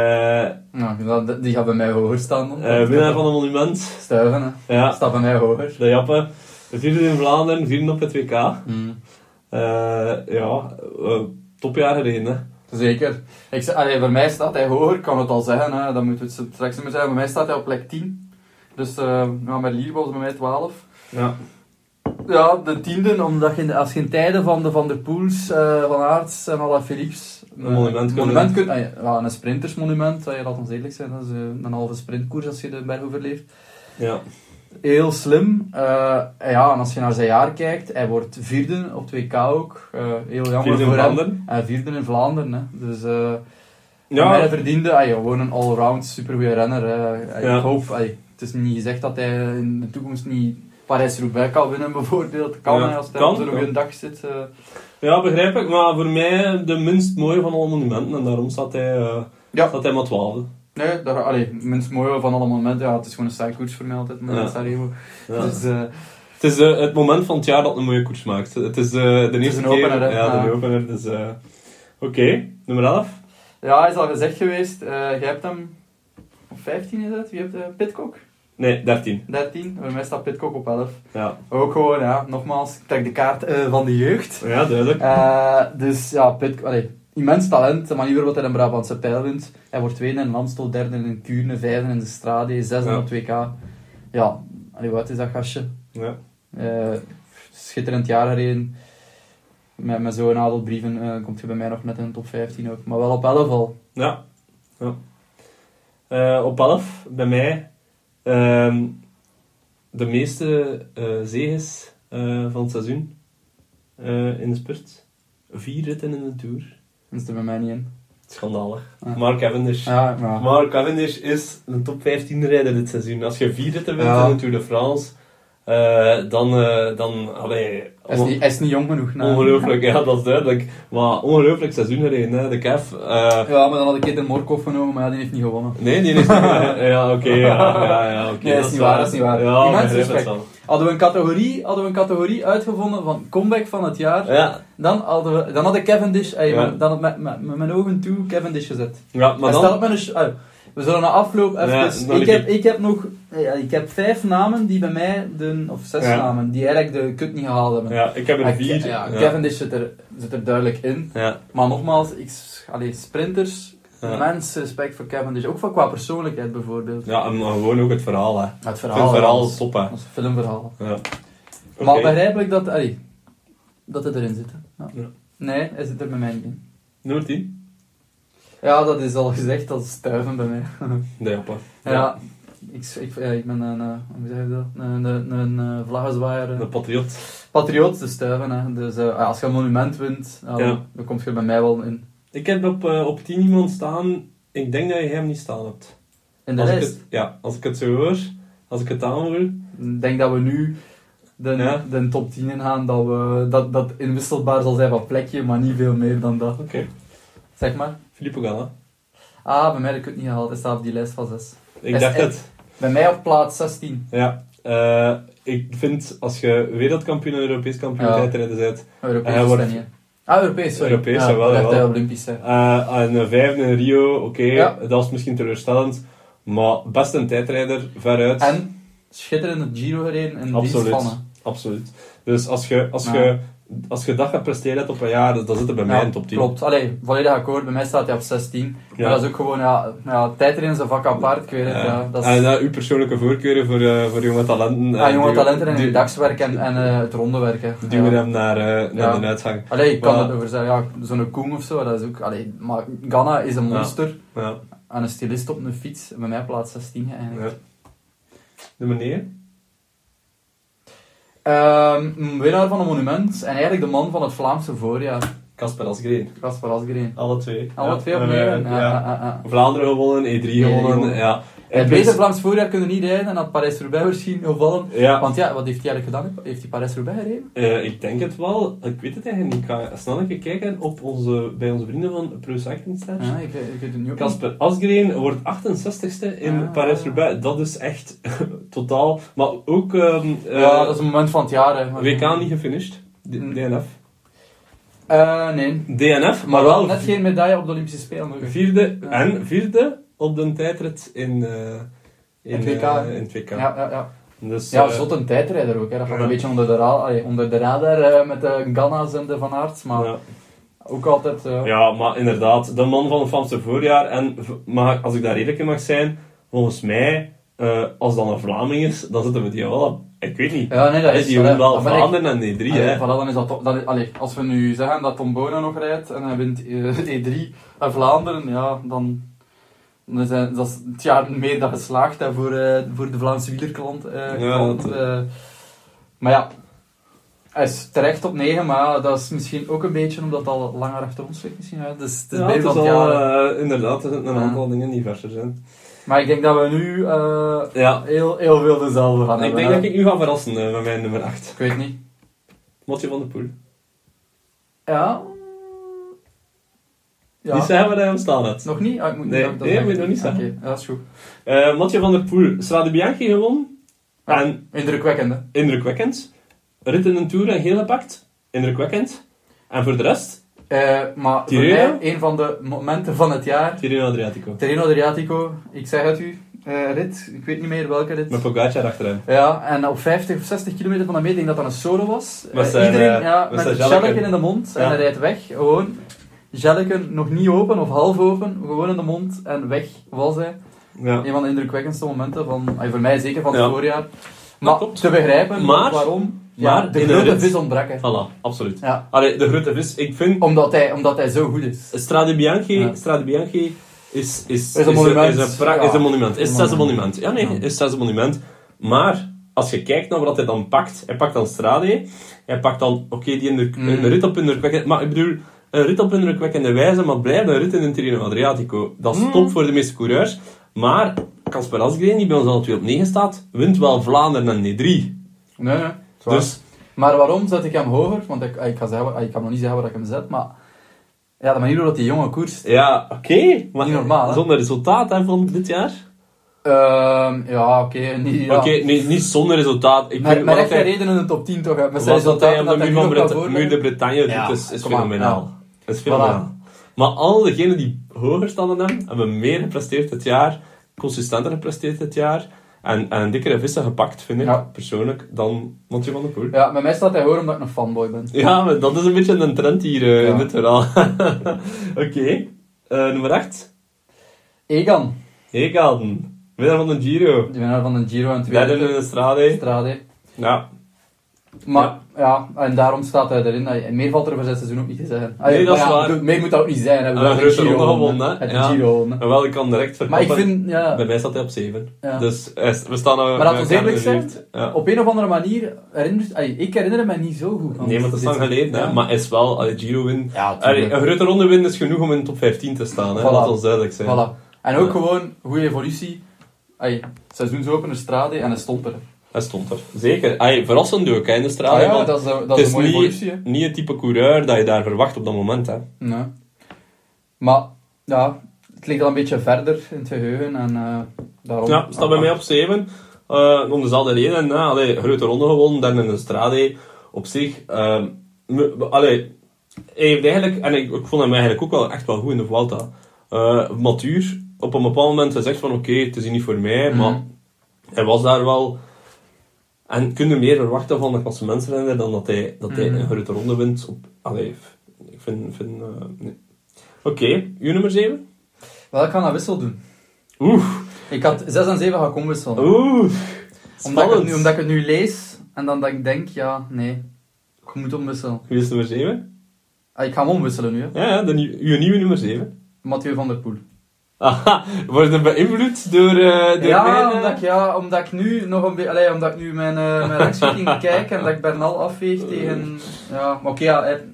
[SPEAKER 2] Nou, dat- die gaat bij mij hoger staan dan.
[SPEAKER 1] eh, winnaar van het monument.
[SPEAKER 2] Stuiven, hè.
[SPEAKER 1] Ja,
[SPEAKER 2] Staat bij mij hoger.
[SPEAKER 1] de Jappe. Vierde in Vlaanderen, vierde op het WK. Eh, ja, eh, topjaar gereden. Hè.
[SPEAKER 2] Zeker. Ik, zeg- allee, voor mij staat hij hoger, ik kan het al zeggen, hè. dat moeten we het straks niet meer zeggen. Bij mij staat hij op plek 10. Dus eh ja, Merlier was bij mij 12.
[SPEAKER 1] Ja.
[SPEAKER 2] Ja, de tiende, omdat je in de, als je in tijden van de Van der Poels, eh, Van Aerts en Alaphilippes...
[SPEAKER 1] Een monument kunt
[SPEAKER 2] monument kunt... ah, ja, ja, een sprintersmonument, eh, laat ons eerlijk zijn, dat is eh, een halve sprintkoers als je de berg overleeft.
[SPEAKER 1] ja.
[SPEAKER 2] Heel slim. eh, ja, en als je naar zijn jaar kijkt, hij wordt vierde op 2K ook. eh, heel jammer
[SPEAKER 1] Vierde in
[SPEAKER 2] voor hem.
[SPEAKER 1] Vlaanderen.
[SPEAKER 2] En vierde in Vlaanderen, hè. Dus... eh, ja.
[SPEAKER 1] Ja,
[SPEAKER 2] Hij verdiende ah, ja, gewoon een allround supergoeie renner. hè.
[SPEAKER 1] Ja.
[SPEAKER 2] Ik hoop, ah, het is niet gezegd dat hij in de toekomst niet Parijs-Roubaix kan winnen bijvoorbeeld. Kan
[SPEAKER 1] Ja,
[SPEAKER 2] hij als hij
[SPEAKER 1] kan,
[SPEAKER 2] op zo'n
[SPEAKER 1] kan.
[SPEAKER 2] goede dag zit. eh.
[SPEAKER 1] ja, begrijp ik. Maar voor mij de minst mooie van alle monumenten. En daarom staat hij, eh,
[SPEAKER 2] Ja.
[SPEAKER 1] staat hij maar 12.
[SPEAKER 2] Nee, daar, allee, minst mooi van alle momenten. Ja, het is gewoon een saai koers voor mij altijd, maar
[SPEAKER 1] Ja.
[SPEAKER 2] dat is Sarajevo.
[SPEAKER 1] Ja.
[SPEAKER 2] Dus, eh,
[SPEAKER 1] Het is eh, het moment van het jaar dat een mooie koers maakt. Het is eh, de eerste
[SPEAKER 2] een
[SPEAKER 1] keer.
[SPEAKER 2] opener, hè.
[SPEAKER 1] ja, de
[SPEAKER 2] Ja.
[SPEAKER 1] opener. Dus, eh, Oké, nummer 11.
[SPEAKER 2] ja, hij is al gezegd geweest. eh, jij hebt hem op 15 is dat? Wie hebt eh, Pitcock?
[SPEAKER 1] Nee, 13.
[SPEAKER 2] 13. Voor mij staat Pitcock op 11.
[SPEAKER 1] Ja,
[SPEAKER 2] Ook gewoon, ja, nogmaals, ik trek de kaart eh, van de jeugd.
[SPEAKER 1] ja duidelijk.
[SPEAKER 2] Eh, dus ja, Pit, allee, immens talent. De manier waarop hij een Brabantse pijl wint. Hij wordt tweede in Lamstel, derde in Kuurne, vijfde in de Strade, zesde
[SPEAKER 1] Ja.
[SPEAKER 2] op 2K. Ja, allee, wat is dat gastje?
[SPEAKER 1] Ja.
[SPEAKER 2] Eh, schitterend jaar gereden. Met, met zo'n aantal brieven eh, komt je bij mij nog net in de top 15 ook. Maar wel op 11 al.
[SPEAKER 1] Ja. Eh, op 11, bij mij, ehm, de meeste eh zeges eh, van het seizoen eh, in de spurt. Vier ritten in de Tour.
[SPEAKER 2] Dat is er bij mij niet in.
[SPEAKER 1] Schandalig.
[SPEAKER 2] Ah.
[SPEAKER 1] Mark Cavendish.
[SPEAKER 2] Ja, maar...
[SPEAKER 1] Mark Cavendish is een top 15 rijder dit seizoen. Als je vier ritten wint
[SPEAKER 2] Ja.
[SPEAKER 1] in de Tour de France, eh, dan... eh, dan allee,
[SPEAKER 2] Hij is, niet, hij is niet jong genoeg. nee.
[SPEAKER 1] Ongelooflijk, ja, dat is duidelijk. Maar ongelooflijk seizoen gereden, hè. de Kev. eh,
[SPEAKER 2] Ja, maar dan had ik eerder Morkov genomen, maar ja, die heeft niet gewonnen.
[SPEAKER 1] Nee, die is Ja, oké, ja, ja, ja, oké.
[SPEAKER 2] Nee, dat is niet waar, dat is niet waar.
[SPEAKER 1] Ja,
[SPEAKER 2] Die mensen
[SPEAKER 1] ik begrijp het
[SPEAKER 2] respect. Hadden we een categorie, hadden we een categorie uitgevonden van comeback van het jaar,
[SPEAKER 1] wel. Ja,
[SPEAKER 2] dan, hadden we, dan had ik Cavendish, ey,
[SPEAKER 1] Ja.
[SPEAKER 2] dan had met, met, met mijn ogen toe Cavendish gezet.
[SPEAKER 1] ja maar
[SPEAKER 2] Maar
[SPEAKER 1] dan...
[SPEAKER 2] Stel met een... sh- ah, we zullen na afloop even...
[SPEAKER 1] Ja, dan
[SPEAKER 2] ik,
[SPEAKER 1] weet
[SPEAKER 2] heb, ik heb nog... eh, Ja, ik heb vijf namen die bij mij... De, of zes
[SPEAKER 1] Ja.
[SPEAKER 2] namen, die eigenlijk de kut niet gehaald hebben.
[SPEAKER 1] Ja, ik heb er
[SPEAKER 2] Maar
[SPEAKER 1] vier.
[SPEAKER 2] Ke- ja,
[SPEAKER 1] ja.
[SPEAKER 2] Cavendish zit er, zit er duidelijk in.
[SPEAKER 1] Ja,
[SPEAKER 2] Maar nogmaals, ik, s- allee, sprinters...
[SPEAKER 1] Ja.
[SPEAKER 2] Mensen, respect voor Cavendish. Ook van qua persoonlijkheid bijvoorbeeld.
[SPEAKER 1] ja, en gewoon ook het verhaal, hè.
[SPEAKER 2] Maar Het
[SPEAKER 1] Ik
[SPEAKER 2] verhaal.
[SPEAKER 1] vind het verhaal
[SPEAKER 2] dat
[SPEAKER 1] top, hè.
[SPEAKER 2] is een filmverhaal.
[SPEAKER 1] Ja.
[SPEAKER 2] Maar
[SPEAKER 1] Oké.
[SPEAKER 2] begrijpelijk dat... Allee, dat het erin zit. hè. Ja.
[SPEAKER 1] Ja.
[SPEAKER 2] Nee, hij zit er bij mij niet in.
[SPEAKER 1] Nummer 10?
[SPEAKER 2] Ja, dat is al gezegd. Dat is stuiven bij mij.
[SPEAKER 1] De Japan.
[SPEAKER 2] Ja, Ik, ik, eh, ik ben een, eh, hoe zeg je dat? Een, een, een eh, vlaggenzwaaier, eh.
[SPEAKER 1] De patriot.
[SPEAKER 2] Patriot, de stuiven. Hè. Dus eh, als je een monument wint, dan,
[SPEAKER 1] Ja.
[SPEAKER 2] dan komt je bij mij wel in,
[SPEAKER 1] Ik heb op, eh, op 10 iemand staan. Ik denk dat je hem niet staan hebt.
[SPEAKER 2] in de
[SPEAKER 1] als ik
[SPEAKER 2] lijst.
[SPEAKER 1] het, ja, als ik het zo hoor, als ik het aanhoor.
[SPEAKER 2] Ik denk dat we nu de,
[SPEAKER 1] Ja.
[SPEAKER 2] de top 10 in gaan, dat, we, dat dat inwisselbaar zal zijn van plekje, maar niet veel meer dan dat.
[SPEAKER 1] Oké,
[SPEAKER 2] Zeg maar.
[SPEAKER 1] Filippo Ganna.
[SPEAKER 2] Ah, bij mij heb ik het niet gehaald. Hij staat op die lijst van 6.
[SPEAKER 1] Ik
[SPEAKER 2] Is
[SPEAKER 1] dacht
[SPEAKER 2] echt-
[SPEAKER 1] het.
[SPEAKER 2] Bij mij op plaats 16.
[SPEAKER 1] Ja, eh, ik vind als je wereldkampioen en Europees kampioen
[SPEAKER 2] Ja.
[SPEAKER 1] tijdrijden bent,
[SPEAKER 2] Europees
[SPEAKER 1] Hij
[SPEAKER 2] is
[SPEAKER 1] wordt-
[SPEAKER 2] dat niet. hè. Ah, Europees, sorry.
[SPEAKER 1] Europees,
[SPEAKER 2] ja,
[SPEAKER 1] jawel,
[SPEAKER 2] dat is
[SPEAKER 1] jawel.
[SPEAKER 2] de Olympische.
[SPEAKER 1] eh en een vijfde in Rio, oké,
[SPEAKER 2] Ja.
[SPEAKER 1] dat is misschien teleurstellend, maar best een tijdrijder, veruit,
[SPEAKER 2] En schitterende Giro gereden en die
[SPEAKER 1] Absoluut.
[SPEAKER 2] spannen.
[SPEAKER 1] absoluut. Dus als je, als,
[SPEAKER 2] Ja.
[SPEAKER 1] je, als je dat gepresteerd hebt op een jaar, dan- dan zit het bij mij in
[SPEAKER 2] Ja,
[SPEAKER 1] de top 10.
[SPEAKER 2] Klopt, allee, volledig akkoord. Bij mij staat hij op 16.
[SPEAKER 1] Ja.
[SPEAKER 2] Maar dat is ook gewoon, ja, nou ja tijdrit is een vak apart, ik weet het.
[SPEAKER 1] Eh,
[SPEAKER 2] Ja. Dat is,
[SPEAKER 1] En eh, uw persoonlijke voorkeuren voor, eh, voor jonge talenten. Eh,
[SPEAKER 2] ja, jonge
[SPEAKER 1] duwen-
[SPEAKER 2] talenten en
[SPEAKER 1] du-
[SPEAKER 2] redactiewerk en, en eh, het ronde werken.
[SPEAKER 1] Duwen
[SPEAKER 2] Ja.
[SPEAKER 1] hem naar, eh, naar
[SPEAKER 2] Ja.
[SPEAKER 1] de uitgang.
[SPEAKER 2] Allee, ik kan
[SPEAKER 1] Maar-
[SPEAKER 2] het over zeggen, ja, zo'n Koen of zo, dat is ook, allee, maar Ghana is een
[SPEAKER 1] Ja.
[SPEAKER 2] monster.
[SPEAKER 1] Ja.
[SPEAKER 2] En een stylist op een fiets, bij mij plaats 16 eigenlijk.
[SPEAKER 1] Ja. Nummer 9?
[SPEAKER 2] Ehm, een winnaar van een monument en eigenlijk de man van het Vlaamse voorjaar,
[SPEAKER 1] Casper Asgreen.
[SPEAKER 2] Kaspar Asgreen.
[SPEAKER 1] Alle twee.
[SPEAKER 2] Alle
[SPEAKER 1] Ja.
[SPEAKER 2] twee op
[SPEAKER 1] Eh,
[SPEAKER 2] negen. Ja,
[SPEAKER 1] ja.
[SPEAKER 2] ja, ja, ja.
[SPEAKER 1] Vlaanderen gewonnen, E3 gewonnen,
[SPEAKER 2] gewonnen.
[SPEAKER 1] ja. En
[SPEAKER 2] Het
[SPEAKER 1] dus-
[SPEAKER 2] beter
[SPEAKER 1] plus-
[SPEAKER 2] Vlaams voorjaar kunnen niet rijden en had Parijs-Roubaix misschien gevallen.
[SPEAKER 1] Ja,
[SPEAKER 2] Want ja, wat heeft hij eigenlijk gedaan? Heeft hij Parijs-Roubaix gereden?
[SPEAKER 1] eh, ik denk het wel. Ik weet het eigenlijk niet. Ik ga snel even kijken op onze, bij onze vrienden van Prus Actenstars.
[SPEAKER 2] Ja, ik, ik weet het nu ook niet.
[SPEAKER 1] Casper Asgreen wordt 68ste in
[SPEAKER 2] Ah.
[SPEAKER 1] Parijs-Roubaix. Dat is echt totaal... Maar ook ehm, eh,
[SPEAKER 2] ja, dat is een moment van het jaar. Hè. Maar-
[SPEAKER 1] WK niet gefinished. D-
[SPEAKER 2] Mm.
[SPEAKER 1] DNF.
[SPEAKER 2] Eh, nee.
[SPEAKER 1] DNF,
[SPEAKER 2] Maar wel net
[SPEAKER 1] vi-
[SPEAKER 2] geen medaille op de Olympische Spelen. nog.
[SPEAKER 1] vierde.
[SPEAKER 2] Ja.
[SPEAKER 1] En vierde op de tijdrit in... eh, in,
[SPEAKER 2] Het WK,
[SPEAKER 1] eh,
[SPEAKER 2] hè?
[SPEAKER 1] in het WK.
[SPEAKER 2] Ja, ja, ja.
[SPEAKER 1] Dus,
[SPEAKER 2] ja
[SPEAKER 1] eh,
[SPEAKER 2] zot een tijdrijder ook. Hè. Dat gaat
[SPEAKER 1] Ja.
[SPEAKER 2] een beetje onder de, ra allee, onder de radar eh, met de Ganna's en de Van Aerts. Maar
[SPEAKER 1] ja.
[SPEAKER 2] ook altijd... eh,
[SPEAKER 1] Ja, maar inderdaad, de man van het Vlaamse voorjaar. En v- maar als ik daar eerlijk in mag zijn, volgens mij, eh, als dat een Vlaming is, dan zitten we die wel op. Ik weet niet.
[SPEAKER 2] Ja, nee, dat
[SPEAKER 1] Hij
[SPEAKER 2] is
[SPEAKER 1] is die wint wel
[SPEAKER 2] Dan ben ik-
[SPEAKER 1] Vlaanderen en die drie,
[SPEAKER 2] Allee,
[SPEAKER 1] hè.
[SPEAKER 2] Ah, voilà, dan is dat, to- dat is- allee, als we nu zeggen dat Tom Bona nog rijdt en hij wint eh, E3 en Vlaanderen, ja, dan, dan is hij- dat is het jaar meer dan geslaagd hè, voor, eh, voor de Vlaamse wielerklant. eh,
[SPEAKER 1] Ja,
[SPEAKER 2] klant,
[SPEAKER 1] dat-
[SPEAKER 2] eh. maar ja, hij is terecht op 9, maar ja, dat is misschien ook een beetje omdat het al langer achter ons ligt. Misschien, hè. Dus het is
[SPEAKER 1] Ja,
[SPEAKER 2] meer
[SPEAKER 1] het is
[SPEAKER 2] van het
[SPEAKER 1] al,
[SPEAKER 2] jaar, hè.
[SPEAKER 1] eh, inderdaad, er zitten een
[SPEAKER 2] Ja.
[SPEAKER 1] aantal dingen die verser zijn.
[SPEAKER 2] Maar ik denk dat we nu eh,
[SPEAKER 1] Ja,
[SPEAKER 2] heel, heel veel dezelfde gaan
[SPEAKER 1] ik
[SPEAKER 2] hebben.
[SPEAKER 1] denk
[SPEAKER 2] hè.
[SPEAKER 1] dat ik u ga verrassen eh, met mijn nummer 8.
[SPEAKER 2] Ik weet niet.
[SPEAKER 1] Mathieu van der Poel.
[SPEAKER 2] Ja. Ja.
[SPEAKER 1] Niet zeggen waar hij hem staan had.
[SPEAKER 2] Nog niet? Ah, ik moet
[SPEAKER 1] Nee,
[SPEAKER 2] dat ik dat
[SPEAKER 1] nee,
[SPEAKER 2] zeg.
[SPEAKER 1] moet je nog niet zeggen.
[SPEAKER 2] Oké, dat is goed.
[SPEAKER 1] Eh Mathieu van der Poel, Strade Bianchi gewonnen.
[SPEAKER 2] Ja.
[SPEAKER 1] En
[SPEAKER 2] Indrukwekkend, hè?
[SPEAKER 1] indrukwekkend. Rit in een Tour en geel gepakt. Indrukwekkend. En voor de rest,
[SPEAKER 2] Eh, maar voor
[SPEAKER 1] Tirreno?
[SPEAKER 2] mij, een van de momenten van het jaar.
[SPEAKER 1] Tirreno Adriatico.
[SPEAKER 2] Terreno Adriatico, ik zeg het u, eh, rit, ik weet niet meer welke rit.
[SPEAKER 1] Met Pogacar achter hem.
[SPEAKER 2] Ja, en op 50 of 60 kilometer van de meet, denk ik dat dat een solo was.
[SPEAKER 1] Met
[SPEAKER 2] Eh,
[SPEAKER 1] zijn,
[SPEAKER 2] iedereen
[SPEAKER 1] eh,
[SPEAKER 2] ja,
[SPEAKER 1] met
[SPEAKER 2] met
[SPEAKER 1] zijn
[SPEAKER 2] jelleken
[SPEAKER 1] jelleken.
[SPEAKER 2] in de mond
[SPEAKER 1] Ja.
[SPEAKER 2] en hij rijdt weg. Gewoon, jelleken nog niet open of half open, gewoon in de mond en weg was hij.
[SPEAKER 1] Ja.
[SPEAKER 2] Een van de indrukwekkendste momenten van, eh, voor mij zeker van
[SPEAKER 1] Ja.
[SPEAKER 2] het voorjaar. Maar
[SPEAKER 1] klopt.
[SPEAKER 2] te begrijpen
[SPEAKER 1] Maar-
[SPEAKER 2] waarom ja,
[SPEAKER 1] maar
[SPEAKER 2] de
[SPEAKER 1] in een
[SPEAKER 2] grote
[SPEAKER 1] rit-
[SPEAKER 2] vis ontbrak. hè.
[SPEAKER 1] Voilà, absoluut.
[SPEAKER 2] Ja.
[SPEAKER 1] Allee, de grote vis. Ik vind
[SPEAKER 2] Omdat hij, omdat hij zo goed is.
[SPEAKER 1] Strade Bianchi,
[SPEAKER 2] Ja.
[SPEAKER 1] Strade Bianchi is, is,
[SPEAKER 2] een monument.
[SPEAKER 1] Is een, pra-
[SPEAKER 2] Ja.
[SPEAKER 1] is een monument. Is zelfs een monument. Ja, nee,
[SPEAKER 2] Ja.
[SPEAKER 1] is zelfs een monument. Maar als je kijkt naar wat hij dan pakt, hij pakt dan Strade, hij pakt dan, oké, die in de,
[SPEAKER 2] Mm.
[SPEAKER 1] een rit op indrukwekkende... Maar ik bedoel, een rit op indrukwekkende wijze, maar het blijft een rit in het Tirreno Adriatico. Dat is
[SPEAKER 2] Mm.
[SPEAKER 1] top voor de meeste coureurs. Maar Kasper Asgren, die bij ons al 2 op 9 staat, wint wel Vlaanderen en D3.
[SPEAKER 2] Nee, nee. Dus,
[SPEAKER 1] Dus,
[SPEAKER 2] maar waarom zet ik hem hoger? Want ik, ik, ga zeggen, ik kan nog niet zeggen waar ik hem zet, maar... Ja, de manier waarop die jongen koerst...
[SPEAKER 1] ja, oké. maar
[SPEAKER 2] Niet normaal, hè?
[SPEAKER 1] Zonder resultaat hè, van dit jaar.
[SPEAKER 2] Ehm, ja, oké, niet... Ja.
[SPEAKER 1] Oké, nee, niet zonder resultaat. Ik
[SPEAKER 2] Maar,
[SPEAKER 1] vind-
[SPEAKER 2] maar
[SPEAKER 1] wat
[SPEAKER 2] echt geen
[SPEAKER 1] hij-
[SPEAKER 2] reden in de top 10 toch? hè? Met zijn
[SPEAKER 1] Wat dat hij
[SPEAKER 2] resultaten
[SPEAKER 1] op de
[SPEAKER 2] dat hij
[SPEAKER 1] muur,
[SPEAKER 2] nu
[SPEAKER 1] van
[SPEAKER 2] nog kan
[SPEAKER 1] Brit-
[SPEAKER 2] voorleggen.
[SPEAKER 1] muur de Bretagne doet,
[SPEAKER 2] Ja,
[SPEAKER 1] is, is
[SPEAKER 2] kom aan,
[SPEAKER 1] fenomenaal.
[SPEAKER 2] ja.
[SPEAKER 1] Dat is fenomenaal. Maar al diegenen die hoger staan dan hem, hebben meer gepresteerd dit jaar, consistenter gepresteerd dit jaar, en, en dikkere vissen gepakt, vind ik,
[SPEAKER 2] Ja.
[SPEAKER 1] persoonlijk, dan Montje van de Poel. Ja.
[SPEAKER 2] Ja, met mij staat hij hoger omdat ik een fanboy ben.
[SPEAKER 1] maar dat is een beetje een trend hier eh,
[SPEAKER 2] Ja.
[SPEAKER 1] in dit verhaal. Oké, eh, nummer 8.
[SPEAKER 2] Egan,
[SPEAKER 1] Egan, winnaar van de Giro.
[SPEAKER 2] de winnaar van de Giro en tweede
[SPEAKER 1] Derde in de strade.
[SPEAKER 2] Strade.
[SPEAKER 1] Ja,
[SPEAKER 2] Maar ja. en daarom staat hij erin. Hij- en Meer valt er voor zijn seizoen ook niet te zeggen. Ah, ja,
[SPEAKER 1] Nee, dat
[SPEAKER 2] maar
[SPEAKER 1] is
[SPEAKER 2] ja,
[SPEAKER 1] waar.
[SPEAKER 2] bedoel, Meer moet dat ook niet zijn. Hij heeft
[SPEAKER 1] En een
[SPEAKER 2] de
[SPEAKER 1] grote
[SPEAKER 2] Giro
[SPEAKER 1] ronde
[SPEAKER 2] gewonnen,
[SPEAKER 1] gewonnen, hè?
[SPEAKER 2] Hij heeft
[SPEAKER 1] Ja.
[SPEAKER 2] de Giro gewonnen.
[SPEAKER 1] en wel, ik kan direct
[SPEAKER 2] Maar
[SPEAKER 1] verkopen.
[SPEAKER 2] ik vind, ja,
[SPEAKER 1] Bij mij staat hij op 7.
[SPEAKER 2] Ja.
[SPEAKER 1] Dus eh, we staan al-
[SPEAKER 2] Maar laten we
[SPEAKER 1] we elkaar
[SPEAKER 2] eerlijk zijn,
[SPEAKER 1] geleerd. Ja.
[SPEAKER 2] op een of andere manier herinnert... ai, ik herinner hem mij niet zo goed. aan
[SPEAKER 1] Nee, maar dat is
[SPEAKER 2] dit.
[SPEAKER 1] lang geleden, hè.
[SPEAKER 2] Ja.
[SPEAKER 1] maar is wel, allee, Giro win.
[SPEAKER 2] Ja,
[SPEAKER 1] Allee,
[SPEAKER 2] tuurlijk.
[SPEAKER 1] een grote ronde win is genoeg om in de top 15 te staan, hè.
[SPEAKER 2] Voilà.
[SPEAKER 1] laat ons duidelijk zijn.
[SPEAKER 2] Voilà. En ook
[SPEAKER 1] Ja.
[SPEAKER 2] gewoon goede evolutie. Ai, seizoensopener Strade en een stomper.
[SPEAKER 1] Hij stond er. Zeker. Allee, verrassend ook, hè, in de straat.
[SPEAKER 2] Ah, ja,
[SPEAKER 1] want
[SPEAKER 2] dat is, dat
[SPEAKER 1] het
[SPEAKER 2] is
[SPEAKER 1] is
[SPEAKER 2] een mooie evolutie, hè.
[SPEAKER 1] niet, niet het type coureur dat je daar verwacht op dat moment. Hè.
[SPEAKER 2] Nee. Maar, ja, het ligt al een beetje verder in het geheugen en eh, daarom...
[SPEAKER 1] Ja, staat bij mij op 7. eh om dezelfde reden. hè. Allee, grote ronde gewonnen, dan in de strade. Op zich, ehm, me- me- allee, hij heeft eigenlijk, en ik, ik vond hem eigenlijk ook wel echt wel goed in de Vuelta. Eh matuur, op een bepaald moment gezegd van oké, het is hier niet voor mij,
[SPEAKER 2] Mhm.
[SPEAKER 1] maar hij was daar wel. En kun je meer verwachten van de klassementsrenner dan dat hij, dat hij
[SPEAKER 2] Mhm.
[SPEAKER 1] een grote ronde wint? Op, allee, ik vind... vind eh, nee. Oké, uw nummer 7?
[SPEAKER 2] Wel, ik ga een wissel doen.
[SPEAKER 1] Oeh,
[SPEAKER 2] Ik had 6 en 7 gaan comwisselen.
[SPEAKER 1] oeh.
[SPEAKER 2] Omdat ik, het
[SPEAKER 1] Spannend.
[SPEAKER 2] nu, omdat ik het nu lees en dan dat ik denk, ja, nee, ik moet omwisselen.
[SPEAKER 1] Wie is nummer 7?
[SPEAKER 2] Ah, ik ga hem omwisselen nu, hè.
[SPEAKER 1] Ja, ja de, nieuw- uw nieuwe nummer 7.
[SPEAKER 2] Mathieu van der Poel.
[SPEAKER 1] Aha, wordt er beïnvloed door, eh door mijn,
[SPEAKER 2] Ja
[SPEAKER 1] eh,
[SPEAKER 2] omdat, ik, ja, omdat ik nu nog een beetje, allee, omdat ik nu mijn, eh mijn rechtsschikking kijk en dat ik Bernal afweeg tegen, ja, maar oké, ja, hij-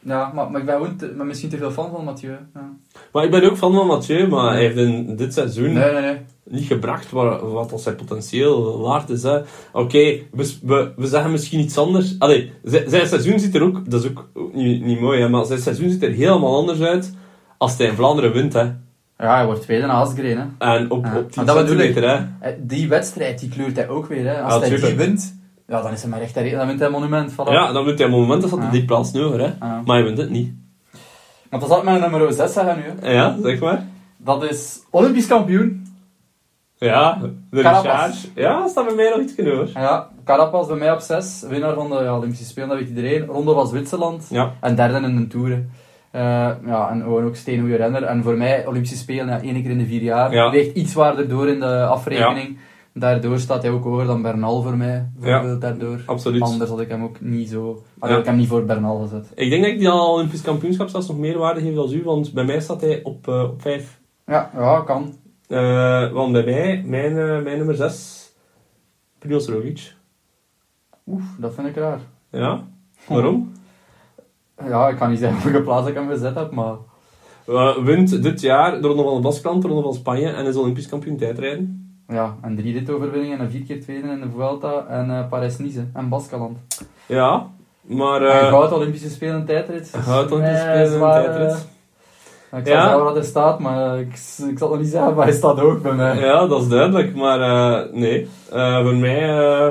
[SPEAKER 2] ja maar, maar ik ben gewoon te- maar misschien te veel fan van Mathieu. Ja.
[SPEAKER 1] Maar ik ben ook fan van Mathieu, maar hij heeft in dit seizoen
[SPEAKER 2] Nee, nee, nee.
[SPEAKER 1] niet gebracht waar, wat als zijn potentieel waard is. hè. Oké, we, we, we zeggen misschien iets anders. Allee, zijn, zijn seizoen ziet er ook, dat is ook, ook niet, niet mooi, hè, maar zijn seizoen ziet er helemaal anders uit als hij in Vlaanderen wint. Hè.
[SPEAKER 2] Ja, hij wordt tweede na Asgreen, hè.
[SPEAKER 1] En op,
[SPEAKER 2] Ja,
[SPEAKER 1] op 10
[SPEAKER 2] maar dat bedoel ik.
[SPEAKER 1] centimeter. Hè.
[SPEAKER 2] Eh, Die wedstrijd, die kleurt hij ook weer, hè. Als
[SPEAKER 1] Ja,
[SPEAKER 2] hij die
[SPEAKER 1] tuurlijk.
[SPEAKER 2] wint, ja, dan is hij maar recht en reden, dan wint hij een monument, voilà.
[SPEAKER 1] Ja, dan wint hij op het moment dat hij
[SPEAKER 2] Ja.
[SPEAKER 1] die plaats over. Hè.
[SPEAKER 2] Ja.
[SPEAKER 1] Maar hij wint het niet.
[SPEAKER 2] Want dat zal ik mijn nummer 6 zeggen nu, hè.
[SPEAKER 1] Ja, zeg maar.
[SPEAKER 2] Dat is Olympisch kampioen.
[SPEAKER 1] Ja, de
[SPEAKER 2] Carapaz.
[SPEAKER 1] Richard. Ja, staat bij mij nog iets genoeg.
[SPEAKER 2] Ja, Carapaz bij mij op 6. Winnaar van de ja, Olympische Spelen, dat weet iedereen. Ronde was Zwitserland.
[SPEAKER 1] Ja.
[SPEAKER 2] En derde in de toeren. Eh, ja, en gewoon ook steengoede renner. En voor mij, Olympische Spelen, ja, één keer in de vier jaar.
[SPEAKER 1] Ja.
[SPEAKER 2] Weegt iets waarder door in de afrekening. Daardoor staat hij ook hoger dan Bernal voor mij. Bijvoorbeeld daardoor.
[SPEAKER 1] Absoluut.
[SPEAKER 2] Anders had ik hem ook niet zo... Had
[SPEAKER 1] Ja.
[SPEAKER 2] ik hem niet voor Bernal gezet.
[SPEAKER 1] Ik denk dat ik die al Olympisch kampioenschap zelfs nog meer waarde geef dan u, want bij mij staat hij op, eh, op 5.
[SPEAKER 2] Ja, ja, kan.
[SPEAKER 1] want bij mij, mijn, eh, mijn nummer 6, Primoz Roglic.
[SPEAKER 2] Oef, dat vind ik raar.
[SPEAKER 1] Ja, waarom?
[SPEAKER 2] Ja, ik kan niet zeggen welke plaats ik hem gezet heb, maar... Oh.
[SPEAKER 1] Eh, wint dit jaar de Ronde van het Baskeland, de Ronde van Spanje en is Olympisch kampioen tijdrijden.
[SPEAKER 2] Ja, en drie ritoverwinningen en vier keer tweede in de Vuelta en eh Parijs-Nice hè, en Baskeland.
[SPEAKER 1] Ja, maar...
[SPEAKER 2] en
[SPEAKER 1] eh,
[SPEAKER 2] goud Olympische Spelen tijdrit. dus
[SPEAKER 1] Goud Olympische
[SPEAKER 2] mij
[SPEAKER 1] Spelen
[SPEAKER 2] zwaar,
[SPEAKER 1] tijdrit.
[SPEAKER 2] eh, ik
[SPEAKER 1] Ja.
[SPEAKER 2] zal zeggen waar hij staat, maar eh, ik, s- ik zal het nog niet zeggen, maar hij staat ook bij mij.
[SPEAKER 1] Ja, dat is duidelijk, maar eh, nee. Eh, voor mij, eh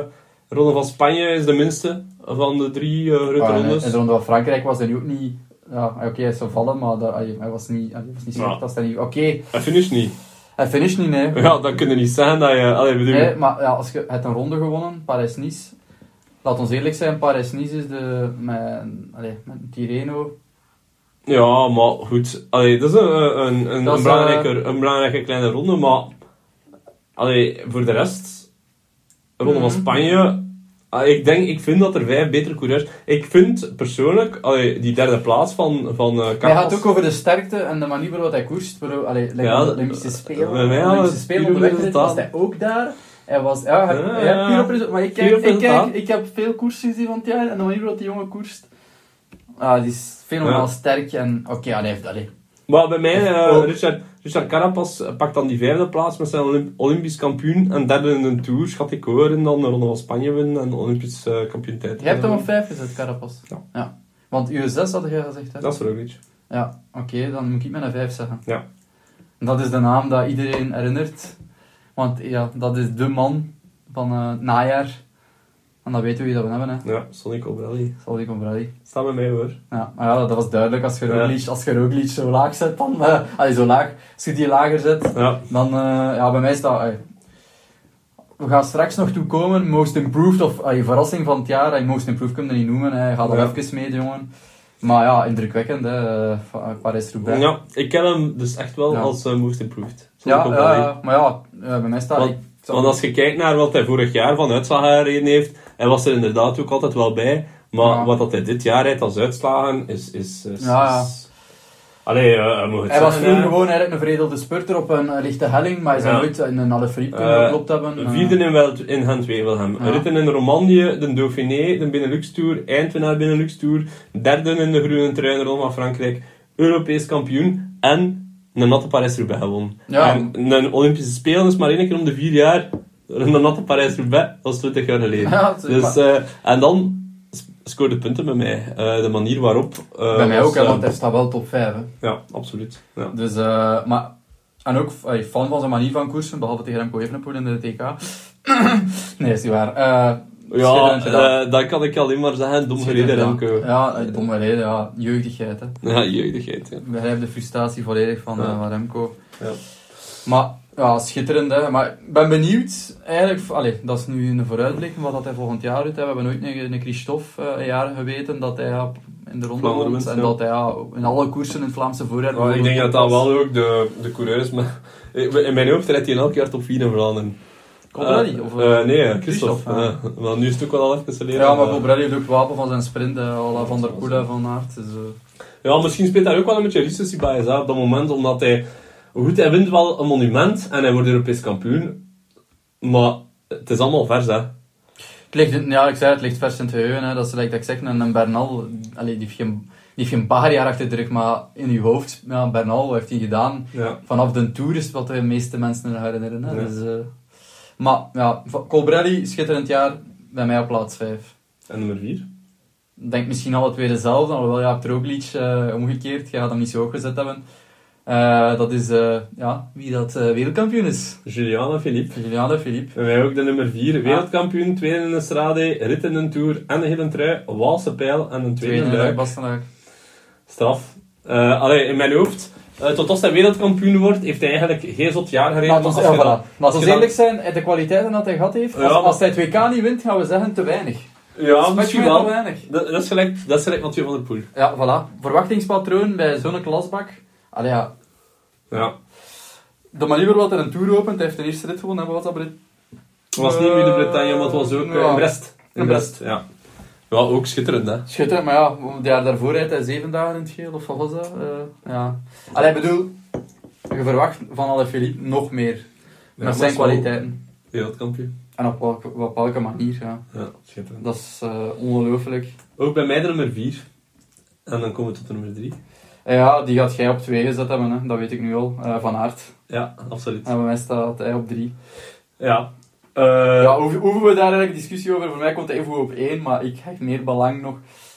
[SPEAKER 1] Ronde van Spanje is de minste van de drie eh, grote
[SPEAKER 2] Ah, en,
[SPEAKER 1] rondes.
[SPEAKER 2] en de ronde van Frankrijk was hij nu ook niet... Ja, oké, hij is gevallen, maar dat, hij, hij was niet, hij was niet
[SPEAKER 1] Ja.
[SPEAKER 2] slecht als hij niet... Oké,
[SPEAKER 1] Hij finisht niet.
[SPEAKER 2] hij finisht niet, nee.
[SPEAKER 1] Ja, dan kun je niet zeggen dat je... Allee, bedoel,
[SPEAKER 2] Nee, maar ja, als je het een ronde gewonnen, Parijs-Nice. Laat ons eerlijk zijn, Parijs-Nice is de... Met, allee, met Tireno.
[SPEAKER 1] Ja, maar goed. Allee, dat is een, een, een,
[SPEAKER 2] Dat is, eh,
[SPEAKER 1] een belangrijke, een belangrijke kleine ronde, maar allee, voor de rest, Ronde van
[SPEAKER 2] Mhm.
[SPEAKER 1] Spanje, Ah, ik denk, ik vind dat er vijf betere coureurs... Ik vind persoonlijk, allee, die derde plaats van, van eh
[SPEAKER 2] Maar hij
[SPEAKER 1] Carlos-
[SPEAKER 2] gaat ook over de sterkte en de manier waarop hij koerst. Waarop, allee, like
[SPEAKER 1] Ja,
[SPEAKER 2] ja,
[SPEAKER 1] dat-
[SPEAKER 2] Olympische Spelen.
[SPEAKER 1] bij mij had
[SPEAKER 2] Olympische
[SPEAKER 1] het
[SPEAKER 2] Spelen
[SPEAKER 1] puur
[SPEAKER 2] op de wedstrijd
[SPEAKER 1] resultaat.
[SPEAKER 2] was hij ook daar. Hij was, ja, hij-
[SPEAKER 1] Ja,
[SPEAKER 2] ja,
[SPEAKER 1] ja.
[SPEAKER 2] puur op resultaat. Maar ik,
[SPEAKER 1] Puur
[SPEAKER 2] kijk,
[SPEAKER 1] op
[SPEAKER 2] ik,
[SPEAKER 1] resultaat.
[SPEAKER 2] kijk, ik heb veel koersen gezien van het jaar en de manier waarop die jongen koerst. Ah, die is fenomenaal
[SPEAKER 1] Ja.
[SPEAKER 2] sterk en oké, ja, hij heeft allee.
[SPEAKER 1] Maar bij mij, eh,
[SPEAKER 2] Ook.
[SPEAKER 1] Richard, Richard Carapaz pakt dan die vijfde plaats met zijn Olymp- Olympisch kampioen. En derde in een Tour, schat ik hoor. En dan de Ronde van Spanje winnen en Olympisch eh, kampioen tijd.
[SPEAKER 2] Je hebt hem op vijf gezet, Carapaz.
[SPEAKER 1] Ja.
[SPEAKER 2] Want US6 had jij gezegd, hè?
[SPEAKER 1] Dat is Roglic.
[SPEAKER 2] Ja, oké, dan moet ik mijn vijf zeggen.
[SPEAKER 1] Ja.
[SPEAKER 2] Dat is de naam dat iedereen herinnert. Want ja, dat is de man van eh, het najaar. En dan weten we wie dat we hebben, hè.
[SPEAKER 1] Ja, Sonic O'Brien.
[SPEAKER 2] Zal ik Brady.
[SPEAKER 1] Staat bij mij hoor.
[SPEAKER 2] Ja, maar ja, dat was duidelijk. Als je
[SPEAKER 1] Ja.
[SPEAKER 2] Roglic, als je Roglic zo laag zet, dan... eh, allee, zo laag. Als je die lager zet,
[SPEAKER 1] Ja.
[SPEAKER 2] dan... eh, ja, bij mij staat... eh, we gaan straks nog toe komen. Most improved, of eh, verrassing van het jaar. eh, most improved kun je dat niet noemen. Hij gaat al
[SPEAKER 1] Ja.
[SPEAKER 2] even mee, jongen. Maar ja, indrukwekkend, hè. eh, van, eh, Parijs-Roubaix.
[SPEAKER 1] ja, ik ken hem dus echt wel
[SPEAKER 2] Ja.
[SPEAKER 1] als eh, Most Improved. Sonic
[SPEAKER 2] Ja,
[SPEAKER 1] O'Brien.
[SPEAKER 2] ja, ja, maar ja, eh, bij mij staat...
[SPEAKER 1] Want-
[SPEAKER 2] ik zou-
[SPEAKER 1] Want als je kijkt naar wat hij vorig jaar van uitslagen gereden heeft, hij was er inderdaad ook altijd wel bij. Maar
[SPEAKER 2] Ja.
[SPEAKER 1] wat dat hij dit jaar rijdt als uitslagen, is... is, is,
[SPEAKER 2] Ja, ja.
[SPEAKER 1] is- Allee, eh, hij moet het
[SPEAKER 2] Hij was
[SPEAKER 1] zeggen,
[SPEAKER 2] vroeger
[SPEAKER 1] hè.
[SPEAKER 2] gewoon eigenlijk een verredelde spurter op een eh, lichte helling, maar hij zou
[SPEAKER 1] Ja.
[SPEAKER 2] nooit in een Alaphilippe kunnen
[SPEAKER 1] Eh,
[SPEAKER 2] geklopt hebben. Eh,
[SPEAKER 1] Vierde in, Wel- in gent Wevelgem.
[SPEAKER 2] Ja.
[SPEAKER 1] Ritten in Romandie, de Dauphiné, de Benelux Tour, eindwinnaar Benelux Tour. Derde in de groene trui in de Ronde van Frankrijk. Europees kampioen en een natte Parijs-Roubaix gewonnen.
[SPEAKER 2] Ja.
[SPEAKER 1] En een Olympische Spelen is maar één keer om de vier jaar. Een natte Parijs-Roubaix, dat is 20 jaar geleden.
[SPEAKER 2] Ja, het is-
[SPEAKER 1] dus, eh, en dan s- scoorde punten bij mij. Eh, de manier waarop... eh,
[SPEAKER 2] bij mij
[SPEAKER 1] was,
[SPEAKER 2] ook, hè,
[SPEAKER 1] eh,
[SPEAKER 2] want hij staat wel top 5. Hè.
[SPEAKER 1] Ja, absoluut. Ja.
[SPEAKER 2] Dus, eh, maar, en ook eh, fan van zijn manier van koersen, behalve tegen Remco Evenepoel in de TK. nee, is niet waar. Eh,
[SPEAKER 1] Ja,
[SPEAKER 2] schitterend gedaan.
[SPEAKER 1] eh, dat kan ik alleen maar zeggen. Dom gereden,
[SPEAKER 2] Schitterend
[SPEAKER 1] Remco.
[SPEAKER 2] gedaan. Ja, eh, domme reden, ja. Jeugdigheid, hè.
[SPEAKER 1] Ja, jeugdigheid. Ja.
[SPEAKER 2] Ik begrijp de frustratie volledig van,
[SPEAKER 1] Ja.
[SPEAKER 2] eh, van Remco.
[SPEAKER 1] Ja.
[SPEAKER 2] Maar ja, schitterend hè. Maar ik ben benieuwd, eigenlijk, allee, dat is nu een vooruitblik van wat dat hij volgend jaar doet. Hè. We hebben nooit een, een Christophe eh, een jaar geweten dat hij ja, in de ronde
[SPEAKER 1] Vlaanderen
[SPEAKER 2] komt
[SPEAKER 1] wint,
[SPEAKER 2] en
[SPEAKER 1] ja.
[SPEAKER 2] dat hij ja, in alle koersen in het Vlaamse voorjaar.
[SPEAKER 1] Maar Oh, ik denk dat dat wel ook de, de coureur is. Maar in mijn hoofd rijdt hij elk jaar top 4 in Vlaanderen.
[SPEAKER 2] Colbrelli,
[SPEAKER 1] Eh,
[SPEAKER 2] of,
[SPEAKER 1] eh, nee,
[SPEAKER 2] eh,
[SPEAKER 1] Christophe.
[SPEAKER 2] Christophe,
[SPEAKER 1] eh. maar nu is het ook wel al even geleden.
[SPEAKER 2] Ja, maar
[SPEAKER 1] eh.
[SPEAKER 2] Colbrelli heeft ook het wapen van zijn sprint, hè, à la
[SPEAKER 1] dat
[SPEAKER 2] Van der
[SPEAKER 1] is
[SPEAKER 2] Poel
[SPEAKER 1] wel
[SPEAKER 2] en Van Aert. Dus, eh,
[SPEAKER 1] Ja, misschien speelt daar ook wel een beetje recensie bij is, hè, op dat moment. Omdat hij... Goed, hij wint wel een monument en hij wordt Europees kampioen. Maar het is allemaal vers, hè.
[SPEAKER 2] het ligt, in- ja, ik zei het, het ligt vers in het geheugen. Hè. Dat is, like, dat ik zeg, een een Bernal, allee, die heeft geen, die heeft geen bagerjaar achter de rug, maar in uw hoofd, ja, Bernal, wat heeft hij gedaan?
[SPEAKER 1] Ja.
[SPEAKER 2] vanaf de Tour is wat de meeste mensen nog herinneren. Hè?
[SPEAKER 1] Ja.
[SPEAKER 2] Dus, eh, maar ja, Va- Colbrelli, schitterend jaar, bij mij op plaats 5.
[SPEAKER 1] En nummer 4.
[SPEAKER 2] Denk misschien alle twee dezelfde, alhoewel ja, Roglic eh omgekeerd, je gaat hem niet zo hoog gezet hebben. Eh, dat is eh, ja, wie dat eh, wereldkampioen is.
[SPEAKER 1] Juliana Philippe.
[SPEAKER 2] Juliane Philippe.
[SPEAKER 1] En wij ook de nummer 4. Wereldkampioen, tweede in de strade, rit in een tour en de hele trui, Waalse pijl en een tweede,
[SPEAKER 2] Tweede
[SPEAKER 1] luik.
[SPEAKER 2] luik, eh, Bas van Luik.
[SPEAKER 1] Straf. Eh allee, in mijn hoofd. eh, tot als hij wereldkampioen wordt, heeft hij eigenlijk geen zot jaar gereden.
[SPEAKER 2] Laat ons,
[SPEAKER 1] als je
[SPEAKER 2] ja, voilà.
[SPEAKER 1] dan-
[SPEAKER 2] Laat
[SPEAKER 1] je
[SPEAKER 2] ons
[SPEAKER 1] dan-
[SPEAKER 2] eerlijk zijn, uit de kwaliteiten dat hij gehad heeft,
[SPEAKER 1] Ja,
[SPEAKER 2] als,
[SPEAKER 1] maar-
[SPEAKER 2] als hij het WK niet wint, gaan we zeggen te weinig.
[SPEAKER 1] Ja,
[SPEAKER 2] Spek
[SPEAKER 1] misschien
[SPEAKER 2] mij te
[SPEAKER 1] wel.
[SPEAKER 2] weinig.
[SPEAKER 1] Dat, dat is gelijk, dat is gelijk Mathieu van der Poel.
[SPEAKER 2] Ja, voilà. Verwachtingspatroon bij zo'n klasbak. Allee, ja,
[SPEAKER 1] Ja.
[SPEAKER 2] De manier waarop hij een tour opent, hij heeft de eerste rit gewonnen, hè, wat was dat Brit?
[SPEAKER 1] Het was niet wie de Bretagne, maar het was ook eh,
[SPEAKER 2] Eh, Ja.
[SPEAKER 1] in Brest. In
[SPEAKER 2] In
[SPEAKER 1] Brest, ja. Ja, ook schitterend, hè.
[SPEAKER 2] Schitterend, maar ja, het jaar daarvoor rijdt hij zeven dagen in het geel, of wat was dat? Eh, ja. Allee, ik bedoel, je verwacht van Alaphilippe nog meer.
[SPEAKER 1] Ja,
[SPEAKER 2] naar
[SPEAKER 1] dat
[SPEAKER 2] zijn
[SPEAKER 1] is wel
[SPEAKER 2] kwaliteiten.
[SPEAKER 1] Wereldkampioen.
[SPEAKER 2] En op welke, op welke manier, ja.
[SPEAKER 1] Ja, schitterend.
[SPEAKER 2] Dat is eh, ongelooflijk.
[SPEAKER 1] Ook bij mij de nummer 4. En dan komen we tot de nummer 3.
[SPEAKER 2] En Eh, ja, die gaat jij op twee gezet hebben, hè. dat weet ik nu al, eh, van aard.
[SPEAKER 1] Ja, absoluut.
[SPEAKER 2] En bij mij staat hij op drie.
[SPEAKER 1] Ja. Eh,
[SPEAKER 2] Ja, hoe- hoeven we daar eigenlijk discussie over? Voor mij komt hij even goed op één, maar ik hecht meer belang nog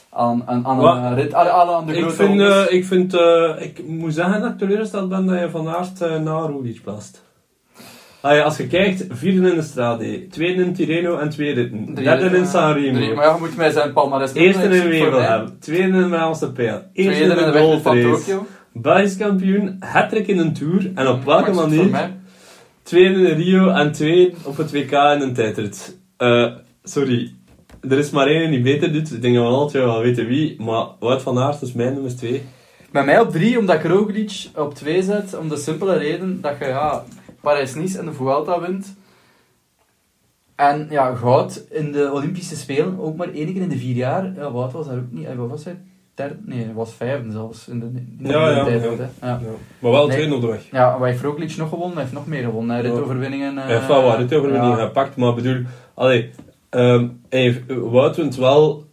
[SPEAKER 2] aan, aan, aan
[SPEAKER 1] Wat?
[SPEAKER 2] een rit, aan, aan de
[SPEAKER 1] ik
[SPEAKER 2] grote
[SPEAKER 1] vind,
[SPEAKER 2] rondes.
[SPEAKER 1] eh, ik, vind eh, ik moet zeggen dat ik teleurgesteld ben dat je Van Aert eh, na Roglic plaatst. Ah ja, als je kijkt, vierde in de Strade, tweede in Tirreno en twee ritten.
[SPEAKER 2] Drie
[SPEAKER 1] Derde in
[SPEAKER 2] ritten,
[SPEAKER 1] Sanremo.
[SPEAKER 2] Drie, maar ja, je moet mij zijn palmarès
[SPEAKER 1] Eerste
[SPEAKER 2] noemen,
[SPEAKER 1] in
[SPEAKER 2] ik zie het voor mij.
[SPEAKER 1] Wevelgem, tweede in Vlaamse Pijl, eerste
[SPEAKER 2] Tweede
[SPEAKER 1] in
[SPEAKER 2] in
[SPEAKER 1] de
[SPEAKER 2] de weg van
[SPEAKER 1] goldrace,
[SPEAKER 2] Tokio. Mm,
[SPEAKER 1] Belgisch kampioen, hattrick in een Tour en op welke
[SPEAKER 2] Maar is het voor
[SPEAKER 1] manier?
[SPEAKER 2] mij?
[SPEAKER 1] Tweede in Rio en tweede op het WK in een tijdrit. Eh, sorry, er is maar één die beter doet, ik denk dat we altijd wel weten wie, maar Wout van Aert is mijn nummer twee.
[SPEAKER 2] Bij mij op drie, omdat ik Roglic op twee zet, om de simpele reden dat je ja, Parijs-Nice en de Vuelta wint. En ja, goud in de Olympische Spelen, ook maar één keer in de vier jaar. Ja, wat was dat ook niet? Eh, Wat was hij? Derde? Nee, hij was vijfde zelfs. In de, in de
[SPEAKER 1] Ja, ja,
[SPEAKER 2] tijd,
[SPEAKER 1] ja.
[SPEAKER 2] hè. ja.
[SPEAKER 1] Maar wel
[SPEAKER 2] Nee.
[SPEAKER 1] twee op de weg.
[SPEAKER 2] Ja, maar hij heeft Roglic nog gewonnen, hij heeft nog meer gewonnen. hè.
[SPEAKER 1] Ja.
[SPEAKER 2] Ritoverwinningen. eh,
[SPEAKER 1] Hij heeft wel wat rittenvergunning
[SPEAKER 2] ja.
[SPEAKER 1] gepakt, maar bedoel, allee, ehm, hij heeft- Wout wint wel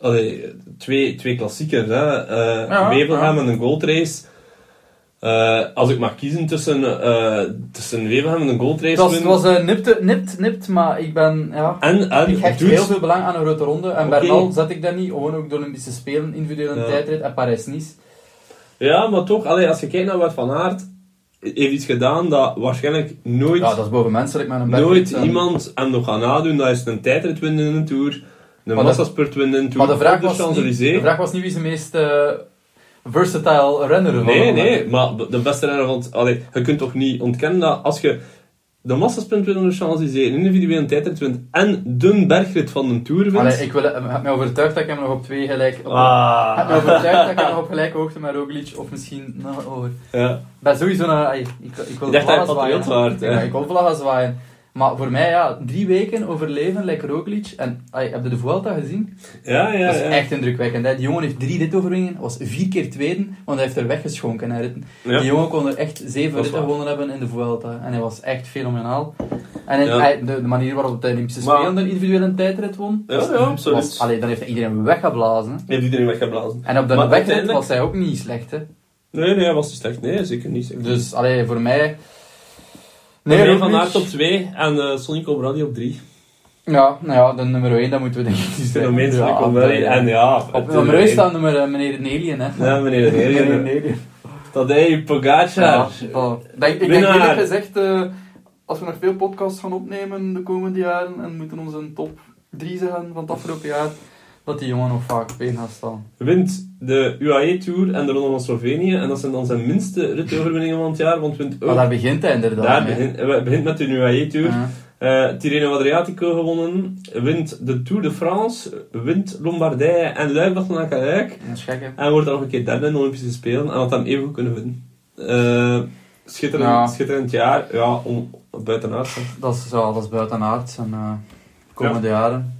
[SPEAKER 1] allee, twee, twee klassiekers. Hè? Eh
[SPEAKER 2] Ja,
[SPEAKER 1] Wevelgem
[SPEAKER 2] ja.
[SPEAKER 1] en een goldrace. Eh, als ik mag kiezen tussen, eh tussen Wevelgem en een goldrace
[SPEAKER 2] Het was, het
[SPEAKER 1] winnen
[SPEAKER 2] was eh, nipt, nipt, nipt, maar ik ben... Ja,
[SPEAKER 1] en, en
[SPEAKER 2] ik hecht
[SPEAKER 1] doet-
[SPEAKER 2] heel veel belang aan een grote ronde. En
[SPEAKER 1] Oké.
[SPEAKER 2] Bernal zet ik dat niet, gewoon ook de Olympische Spelen, individuele
[SPEAKER 1] Ja.
[SPEAKER 2] tijdrit en Parijs-Nice.
[SPEAKER 1] Ja, maar toch, allee, als je kijkt naar Wout van Aert, heeft iets gedaan dat waarschijnlijk nooit,
[SPEAKER 2] Ja, dat is bovenmenselijk met een eh. Bernal.
[SPEAKER 1] nooit
[SPEAKER 2] En-
[SPEAKER 1] iemand hem nog gaat nadoen. Dat is een tijdrit winnen in een Tour, een
[SPEAKER 2] dat-
[SPEAKER 1] massaspurt winnen in een Tour,
[SPEAKER 2] Maar de vraag,
[SPEAKER 1] op de
[SPEAKER 2] was niet,
[SPEAKER 1] Champs-Élysées.
[SPEAKER 2] de vraag was niet wie zijn meest eh, versatile renner was.
[SPEAKER 1] Nee, nee, maar de beste renner van... het- Allee, je kunt toch niet ontkennen dat als je de massasprint wint van de Champs-Élysées, een individuele tijdrit wint en de bergrit van een Tour wint...
[SPEAKER 2] Allee, ik wil, ik heb mij overtuigd dat ik hem nog op twee gelijk... Op, Ik heb mij
[SPEAKER 1] Ah.
[SPEAKER 2] overtuigd dat ik hem nog op gelijke hoogte met Roglic, of misschien nog over...
[SPEAKER 1] Ja.
[SPEAKER 2] Ik ben sowieso een... ai, Ik, ik wil
[SPEAKER 1] Ik dacht
[SPEAKER 2] vlaggen
[SPEAKER 1] dat je
[SPEAKER 2] zwaaien,
[SPEAKER 1] patriot
[SPEAKER 2] hè.
[SPEAKER 1] waart, hè.
[SPEAKER 2] Ja, ik wil vlaggen zwaaien. Maar voor mij, ja, drie weken overleven, like Roglic. En ai, heb je de Vuelta gezien?
[SPEAKER 1] Ja, ja,
[SPEAKER 2] dat is
[SPEAKER 1] ja.
[SPEAKER 2] echt indrukwekkend. Hè. Die jongen heeft drie ritoverwinningen, was vier keer tweede, want hij heeft er weggeschonken. Hè, ritten.
[SPEAKER 1] Ja.
[SPEAKER 2] Die jongen kon er echt
[SPEAKER 1] Dat
[SPEAKER 2] zeven
[SPEAKER 1] is
[SPEAKER 2] ritten
[SPEAKER 1] waar.
[SPEAKER 2] gewonnen hebben in de Vuelta. En hij was echt fenomenaal. En in-
[SPEAKER 1] Ja.
[SPEAKER 2] hij- de, de manier waarop de Olympische
[SPEAKER 1] Maar-
[SPEAKER 2] Spelen de individuele tijdrit won...
[SPEAKER 1] Ja,
[SPEAKER 2] was-
[SPEAKER 1] ja, absoluut.
[SPEAKER 2] was- allee, dan heeft hij iedereen weggeblazen. hè.
[SPEAKER 1] Heeft iedereen weggeblazen.
[SPEAKER 2] En op de
[SPEAKER 1] Maar
[SPEAKER 2] wegrit
[SPEAKER 1] uiteindelijk-
[SPEAKER 2] was hij ook niet slecht, hè.
[SPEAKER 1] Nee, nee, hij was niet slecht. Nee, zeker niet. Zeker.
[SPEAKER 2] Dus, allee, voor mij...
[SPEAKER 1] Nee,
[SPEAKER 2] Roglic-
[SPEAKER 1] Van Aert op 2 en uh, Sonny Colbrelli op 3.
[SPEAKER 2] Ja, nou ja, de nummer 1, dat moeten we denk ik niet zeggen.
[SPEAKER 1] Fenomeen Sonny
[SPEAKER 2] Ja,
[SPEAKER 1] Colbrelli.
[SPEAKER 2] ja.
[SPEAKER 1] En ja...
[SPEAKER 2] Op nummer 1 staat nummer, eh, meneer Nelien, hè.
[SPEAKER 1] Ja, meneer de
[SPEAKER 2] Meneer
[SPEAKER 1] Heer.
[SPEAKER 2] Nelien.
[SPEAKER 1] Dat hij Pogacar.
[SPEAKER 2] Ja, voilà. Denk- ik denk
[SPEAKER 1] Winnaar.
[SPEAKER 2] eerlijk gezegd, eh, als we nog veel podcasts gaan opnemen de komende jaren en moeten onze top 3 zeggen van het afgelopen jaar, dat die jongen nog vaak op één gaat staan.
[SPEAKER 1] wint de UAE Tour en de Ronde van Slovenië. En dat zijn dan zijn minste ritoverwinningen van het jaar, want wint ook...
[SPEAKER 2] Maar daar begint hij inderdaad
[SPEAKER 1] Daar
[SPEAKER 2] mee.
[SPEAKER 1] begint, eh, begint met de UAE Tour.
[SPEAKER 2] Ja.
[SPEAKER 1] Eh, Tirreno Adriatico gewonnen. Wint de Tour de France. Wint Lombardije en Luik dat aan Luik.
[SPEAKER 2] Dat is gek, hè.
[SPEAKER 1] En wordt dan nog een keer derde in de Olympische Spelen. En had hem even goed kunnen winnen. Eh, schitterend,
[SPEAKER 2] Ja.
[SPEAKER 1] schitterend jaar. Ja, om, buitenaard. hè.
[SPEAKER 2] Dat is, ja, dat is buiten aard. En, eh, de komende jaren.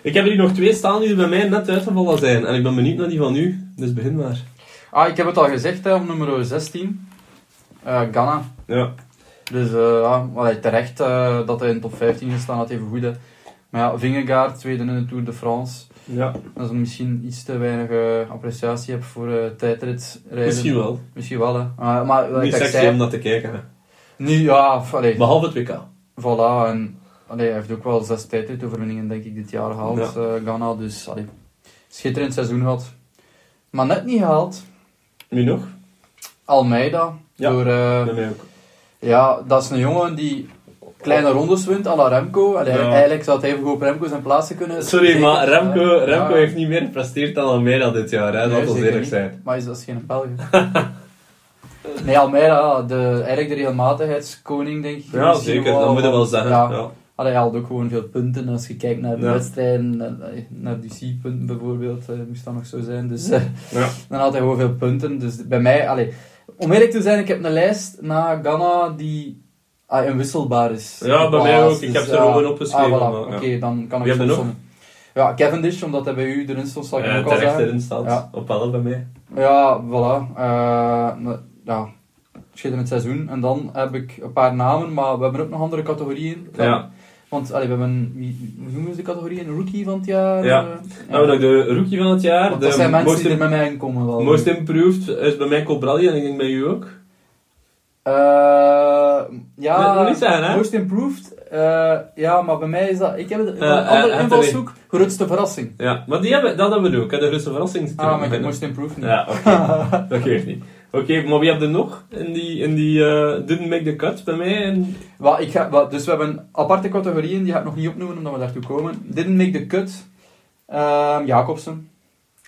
[SPEAKER 1] Ik heb er hier nog twee staan die er bij mij net uitgevallen zijn. En ik ben benieuwd naar die van u. Dus begin maar.
[SPEAKER 2] Ah, ik heb het al gezegd, hè, op nummer 16. eh, Ghana.
[SPEAKER 1] Ja.
[SPEAKER 2] Dus eh, ja, allee, terecht eh, dat hij in de top 15 gestaan had, even goed. hè. Maar ja, Vingegaard, tweede in de Tour de France.
[SPEAKER 1] ja.
[SPEAKER 2] Dat is misschien iets te weinig eh, appreciatie heb voor eh tijdritrijden.
[SPEAKER 1] Misschien wel.
[SPEAKER 2] Misschien wel, hè. Maar- maar wat
[SPEAKER 1] Niet
[SPEAKER 2] ik
[SPEAKER 1] sexy om
[SPEAKER 2] zei...
[SPEAKER 1] dat te kijken. hè.
[SPEAKER 2] Nu, ja, f- allee,
[SPEAKER 1] Behalve het WK.
[SPEAKER 2] voilà. En, allee, hij heeft ook wel zes tijdritoverwinningen, denk ik, dit jaar gehaald.
[SPEAKER 1] Ja.
[SPEAKER 2] eh, Ghana, dus allee, schitterend seizoen gehad. Maar net niet gehaald.
[SPEAKER 1] Nu nog?
[SPEAKER 2] Almeida.
[SPEAKER 1] Ja.
[SPEAKER 2] Door, eh,
[SPEAKER 1] Bij mij ook.
[SPEAKER 2] ja, dat is een jongen die kleine rondes wint, à la Remco. Allee,
[SPEAKER 1] Ja.
[SPEAKER 2] Eigenlijk zou het even goed op Remco zijn plaatsen kunnen...
[SPEAKER 1] Sorry, maar Remco,
[SPEAKER 2] Ja.
[SPEAKER 1] Remco heeft niet meer gepresteerd dan Almeida dit jaar. Hè?
[SPEAKER 2] Nee,
[SPEAKER 1] Laten we
[SPEAKER 2] zeker
[SPEAKER 1] eerlijk
[SPEAKER 2] niet.
[SPEAKER 1] zijn.
[SPEAKER 2] Maar is dat is geen België. nee, Almeida, ja, de, eigenlijk de regelmatigheidskoning, denk ik.
[SPEAKER 1] Ja,
[SPEAKER 2] Misschien
[SPEAKER 1] zeker, dat moet je wel zeggen.
[SPEAKER 2] Ja.
[SPEAKER 1] Ja.
[SPEAKER 2] Allee, hij haalt ook gewoon veel punten als je kijkt naar de
[SPEAKER 1] Ja.
[SPEAKER 2] wedstrijden, naar- eh, naar die C-punten bijvoorbeeld, eh, moest dat nog zo zijn. Dus eh,
[SPEAKER 1] Ja.
[SPEAKER 2] dan haalt hij gewoon veel punten. Dus bij mij, allee, om eerlijk te zijn, ik heb een lijst na Ghana die ah, inwisselbaar is.
[SPEAKER 1] Ja, bij mij
[SPEAKER 2] Helaas,
[SPEAKER 1] ook. Ik heb ze
[SPEAKER 2] ja.
[SPEAKER 1] er gewoon opgeschreven,
[SPEAKER 2] Ah, voilà.
[SPEAKER 1] maar,
[SPEAKER 2] Oké,
[SPEAKER 1] ja.
[SPEAKER 2] dan kan ik
[SPEAKER 1] Wie heb je
[SPEAKER 2] soms
[SPEAKER 1] nog?
[SPEAKER 2] sommen. Ja, Cavendish, omdat hij bij u erin stond, zal ik hem
[SPEAKER 1] Eh,
[SPEAKER 2] ook al
[SPEAKER 1] terecht
[SPEAKER 2] zeggen.
[SPEAKER 1] erin staat.
[SPEAKER 2] Ja.
[SPEAKER 1] Op alle bij mij.
[SPEAKER 2] Ja, voilà. Eh, maar, ja, schitterend seizoen. En dan heb ik een paar namen, maar we hebben ook nog andere categorieën.
[SPEAKER 1] Ja.
[SPEAKER 2] Want allee, we hebben, wie, hoe noemen ze de categorieën? Rookie van het jaar?
[SPEAKER 1] Ja.
[SPEAKER 2] eh,
[SPEAKER 1] Nou, nog de rookie van het jaar.
[SPEAKER 2] Want dat
[SPEAKER 1] De
[SPEAKER 2] zijn mensen
[SPEAKER 1] most,
[SPEAKER 2] die er
[SPEAKER 1] im-
[SPEAKER 2] met mij in komen wel.
[SPEAKER 1] most improved is bij mij Cobrelli en ik denk bij u ook.
[SPEAKER 2] Eh,
[SPEAKER 1] Dat moet
[SPEAKER 2] ja,
[SPEAKER 1] je niet zeggen, hè?
[SPEAKER 2] most improved. eh, ja, maar bij mij is dat... Ik heb een
[SPEAKER 1] Eh, eh,
[SPEAKER 2] andere
[SPEAKER 1] Anthony.
[SPEAKER 2] invalshoek. Grootste verrassing.
[SPEAKER 1] Ja, maar die hebben, dat hebben we ook. Hè? De grootste verrassing zit er
[SPEAKER 2] Ah,
[SPEAKER 1] ook
[SPEAKER 2] maar ik
[SPEAKER 1] nog
[SPEAKER 2] heb
[SPEAKER 1] in.
[SPEAKER 2] most improved niet.
[SPEAKER 1] Ja, oké. dat geeft niet. Oké, maar wie heb je nog in die, in die eh, didn't make the cut bij mij? En...
[SPEAKER 2] Wat, ik ga, wat, dus we hebben aparte categorieën, die ga ik nog niet opnoemen omdat we daartoe komen. Didn't make the cut. Ehm Jacobsen.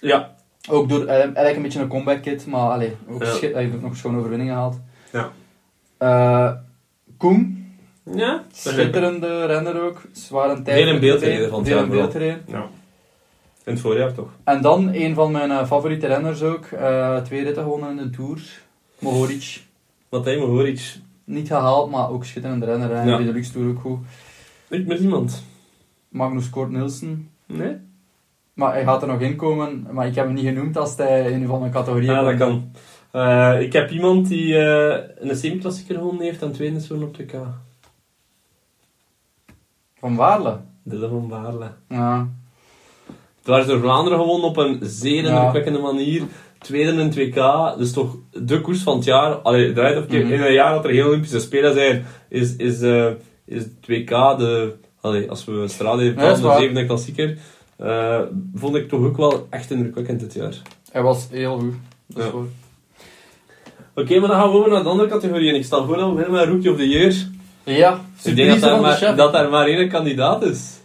[SPEAKER 1] Ja.
[SPEAKER 2] Ook door, eh, eigenlijk een beetje een comeback kit, maar allee, ook
[SPEAKER 1] Ja.
[SPEAKER 2] schi- hij heeft ook nog schoon overwinning gehaald.
[SPEAKER 1] Ja.
[SPEAKER 2] Eh, Koen,
[SPEAKER 1] Ja?
[SPEAKER 2] schitterende renner ook, zware tijd.
[SPEAKER 1] Weer een beeldreden van het
[SPEAKER 2] Weer
[SPEAKER 1] jaar
[SPEAKER 2] een
[SPEAKER 1] vooral.
[SPEAKER 2] beeldreden.
[SPEAKER 1] Ja. In het voorjaar toch?
[SPEAKER 2] En dan een van mijn eh, favoriete renners ook, eh twee ritten gewonnen in de Tour, Mohoric.
[SPEAKER 1] Matej Mohoric.
[SPEAKER 2] Niet gehaald, maar ook schitterende renner, hè.
[SPEAKER 1] Ja.
[SPEAKER 2] de Tour ook goed.
[SPEAKER 1] Niet meer iemand.
[SPEAKER 2] Magnus Kort Nielsen.
[SPEAKER 1] Nee?
[SPEAKER 2] Maar hij gaat er nog in komen, maar ik heb hem niet genoemd als hij in een van mijn categorieën
[SPEAKER 1] Ja, Ah, dat
[SPEAKER 2] komt.
[SPEAKER 1] kan. Eh, ik heb iemand die eh, een semi-klassieker gewonnen heeft en tweede is geworden op de K.
[SPEAKER 2] Van Waarle.
[SPEAKER 1] Dylan van Baarle.
[SPEAKER 2] Ja.
[SPEAKER 1] Het waren door Vlaanderen gewonnen op een zeer
[SPEAKER 2] Ja.
[SPEAKER 1] indrukwekkende manier. Tweede in 2K, dus toch de koers van het jaar. Allee, draait op keer.
[SPEAKER 2] Mhm.
[SPEAKER 1] In een jaar dat er geen Olympische Spelen zijn, is, is, eh, is 2K de. Allee, als we straat even
[SPEAKER 2] Ja, dat is
[SPEAKER 1] de
[SPEAKER 2] waar.
[SPEAKER 1] zevende klassieker. eh, vond ik toch ook wel echt indrukwekkend dit jaar.
[SPEAKER 2] Hij was heel goed. Dat is
[SPEAKER 1] Ja.
[SPEAKER 2] voor.
[SPEAKER 1] Oké, maar dan gaan we over naar de andere categorie. En ik stel voor dat we beginnen met Rookie of the Year.
[SPEAKER 2] Ja,
[SPEAKER 1] Ik denk dat
[SPEAKER 2] surprise
[SPEAKER 1] daar,
[SPEAKER 2] van de
[SPEAKER 1] maar,
[SPEAKER 2] chef.
[SPEAKER 1] dat daar maar één kandidaat is.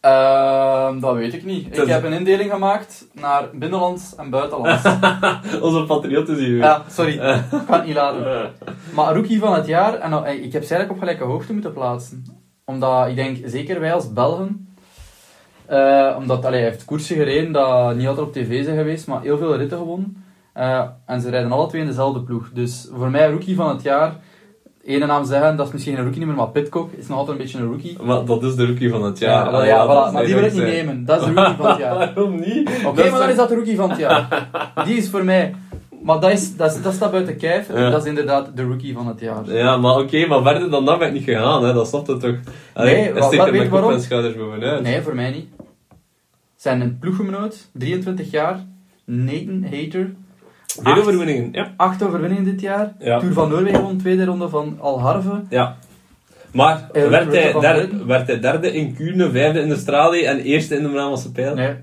[SPEAKER 2] Ehm, dat weet ik niet.
[SPEAKER 1] Dat-
[SPEAKER 2] Ik heb een indeling gemaakt naar binnenlands en buitenlands.
[SPEAKER 1] Onze patriot is hier.
[SPEAKER 2] ja, sorry. Eh. Ik kan het niet laten.
[SPEAKER 1] Eh,
[SPEAKER 2] Maar rookie van het jaar, en nou, ik heb ze eigenlijk op gelijke hoogte moeten plaatsen. Omdat, ik denk, zeker wij als Belgen... eh, omdat, allee, hij heeft koersen gereden dat niet altijd op tv zijn geweest, maar heel veel ritten gewonnen. Eh, en ze rijden alle twee in dezelfde ploeg. Dus voor mij, rookie van het jaar... Ene naam zeggen, dat is misschien een rookie nummer, maar Pitcock is nog altijd een beetje een rookie.
[SPEAKER 1] maar dat is de rookie van het jaar.
[SPEAKER 2] Ja, wel,
[SPEAKER 1] Allee,
[SPEAKER 2] ja,
[SPEAKER 1] dat
[SPEAKER 2] voilà,
[SPEAKER 1] is
[SPEAKER 2] maar die wil ik niet
[SPEAKER 1] eigenlijk zijn.
[SPEAKER 2] nemen. Dat is de rookie van het jaar.
[SPEAKER 1] Waarom niet?
[SPEAKER 2] Oké, maar dan is dat de rookie van het jaar. Die is voor mij. Maar dat, is, dat, is, dat staat buiten kijf.
[SPEAKER 1] Ja.
[SPEAKER 2] Dat is inderdaad de rookie van het jaar.
[SPEAKER 1] Ja, maar oké, maar verder dan dat ben ik niet gegaan, hè. dat snap je toch? Allee,
[SPEAKER 2] Nee,
[SPEAKER 1] hij
[SPEAKER 2] wa-
[SPEAKER 1] steekt
[SPEAKER 2] wat-
[SPEAKER 1] er
[SPEAKER 2] weet
[SPEAKER 1] mijn
[SPEAKER 2] je
[SPEAKER 1] kop en
[SPEAKER 2] waarom?
[SPEAKER 1] schouders bovenuit.
[SPEAKER 2] Nee, voor mij niet. Zijn ploeggenoot, 23 jaar. Nathan Hater.
[SPEAKER 1] Veel overwinningen, ja.
[SPEAKER 2] Acht overwinningen dit jaar.
[SPEAKER 1] Ja.
[SPEAKER 2] Tour van Noorwegen won, tweede ronde van Alharve.
[SPEAKER 1] ja. Maar
[SPEAKER 2] Eh,
[SPEAKER 1] werd
[SPEAKER 2] Rutte
[SPEAKER 1] hij,
[SPEAKER 2] van
[SPEAKER 1] der-
[SPEAKER 2] Britten?
[SPEAKER 1] werd hij derde in Kuurne, vijfde in de Strali en eerste in de Brabantse Pijl?
[SPEAKER 2] Nee.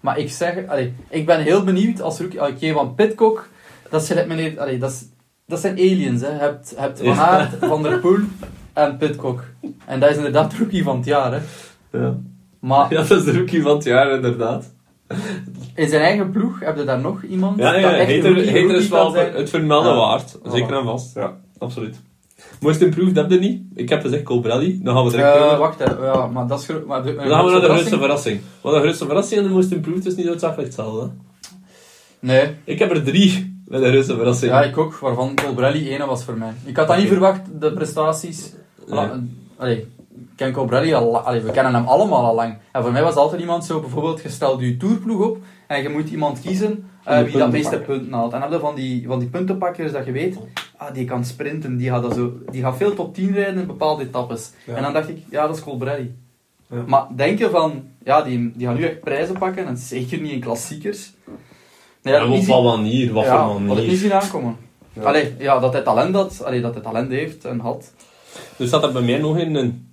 [SPEAKER 2] Maar ik zeg, allee, ik ben heel benieuwd als rookie. Oké, want Pitcock, dat, is gelijk meneer, allee, dat, is, dat zijn aliens. Hè. Je hebt, je hebt Van
[SPEAKER 1] Ja.
[SPEAKER 2] Aert, Van der Poel en Pitcock. En dat is inderdaad de rookie van het jaar. Hè.
[SPEAKER 1] Ja.
[SPEAKER 2] Maar
[SPEAKER 1] ja, dat is de rookie van het jaar, inderdaad.
[SPEAKER 2] in zijn eigen ploeg heb je daar nog iemand?
[SPEAKER 1] Ja, ja, eh,
[SPEAKER 2] dat echt een
[SPEAKER 1] Hater,
[SPEAKER 2] rookie-
[SPEAKER 1] Hater
[SPEAKER 2] rookie
[SPEAKER 1] is
[SPEAKER 2] kan
[SPEAKER 1] wel
[SPEAKER 2] zijn?
[SPEAKER 1] het vermelden
[SPEAKER 2] Ja.
[SPEAKER 1] waard. Zeker en vast, ja, absoluut. Most improved heb je niet. Ik heb gezegd Colbrelli, dan gaan we direct
[SPEAKER 2] Eh,
[SPEAKER 1] door.
[SPEAKER 2] wacht, hè. ja, maar dat is gro- maar de, eh,
[SPEAKER 1] Dan gaan we naar de grootste verrassing.
[SPEAKER 2] verrassing?
[SPEAKER 1] Want de grootste verrassing en de most improved is niet noodzakelijk hetzelfde. hè.
[SPEAKER 2] Nee,
[SPEAKER 1] Ik heb er drie met een Russe verrassing.
[SPEAKER 2] ja, ik ook, waarvan Colbrelli ene was voor mij. Ik had dat niet
[SPEAKER 1] Oké.
[SPEAKER 2] verwacht, de prestaties.
[SPEAKER 1] Nee.
[SPEAKER 2] Voilà, eh, Allee, ik ken Colbrelli al la- allee, we kennen hem allemaal al lang. En voor mij was altijd iemand zo, bijvoorbeeld, je stelt je tourploeg op en je moet iemand kiezen eh,
[SPEAKER 1] Om de
[SPEAKER 2] wie dat
[SPEAKER 1] punten
[SPEAKER 2] meeste
[SPEAKER 1] pakken.
[SPEAKER 2] punten haalt. En heb je van die, van die puntenpakkers dat je weet, ah, die kan sprinten, die gaat, dat zo, die gaat veel top 10 rijden in bepaalde etappes.
[SPEAKER 1] Ja.
[SPEAKER 2] En dan dacht ik, ja, dat is Colbrelli.
[SPEAKER 1] Ja.
[SPEAKER 2] Maar denk je van, ja, die, die gaan nu echt prijzen pakken en zeker niet in klassiekers.
[SPEAKER 1] en
[SPEAKER 2] Nee, dat heb ik
[SPEAKER 1] op
[SPEAKER 2] niet
[SPEAKER 1] wat
[SPEAKER 2] zien-
[SPEAKER 1] manier, wat
[SPEAKER 2] ja,
[SPEAKER 1] voor
[SPEAKER 2] dat heb ik niet
[SPEAKER 1] manier.
[SPEAKER 2] zien aankomen.
[SPEAKER 1] Ja.
[SPEAKER 2] Allee, ja, dat hij talent had, allee, dat hij talent heeft en had.
[SPEAKER 1] Dus dat er bij mij nog in een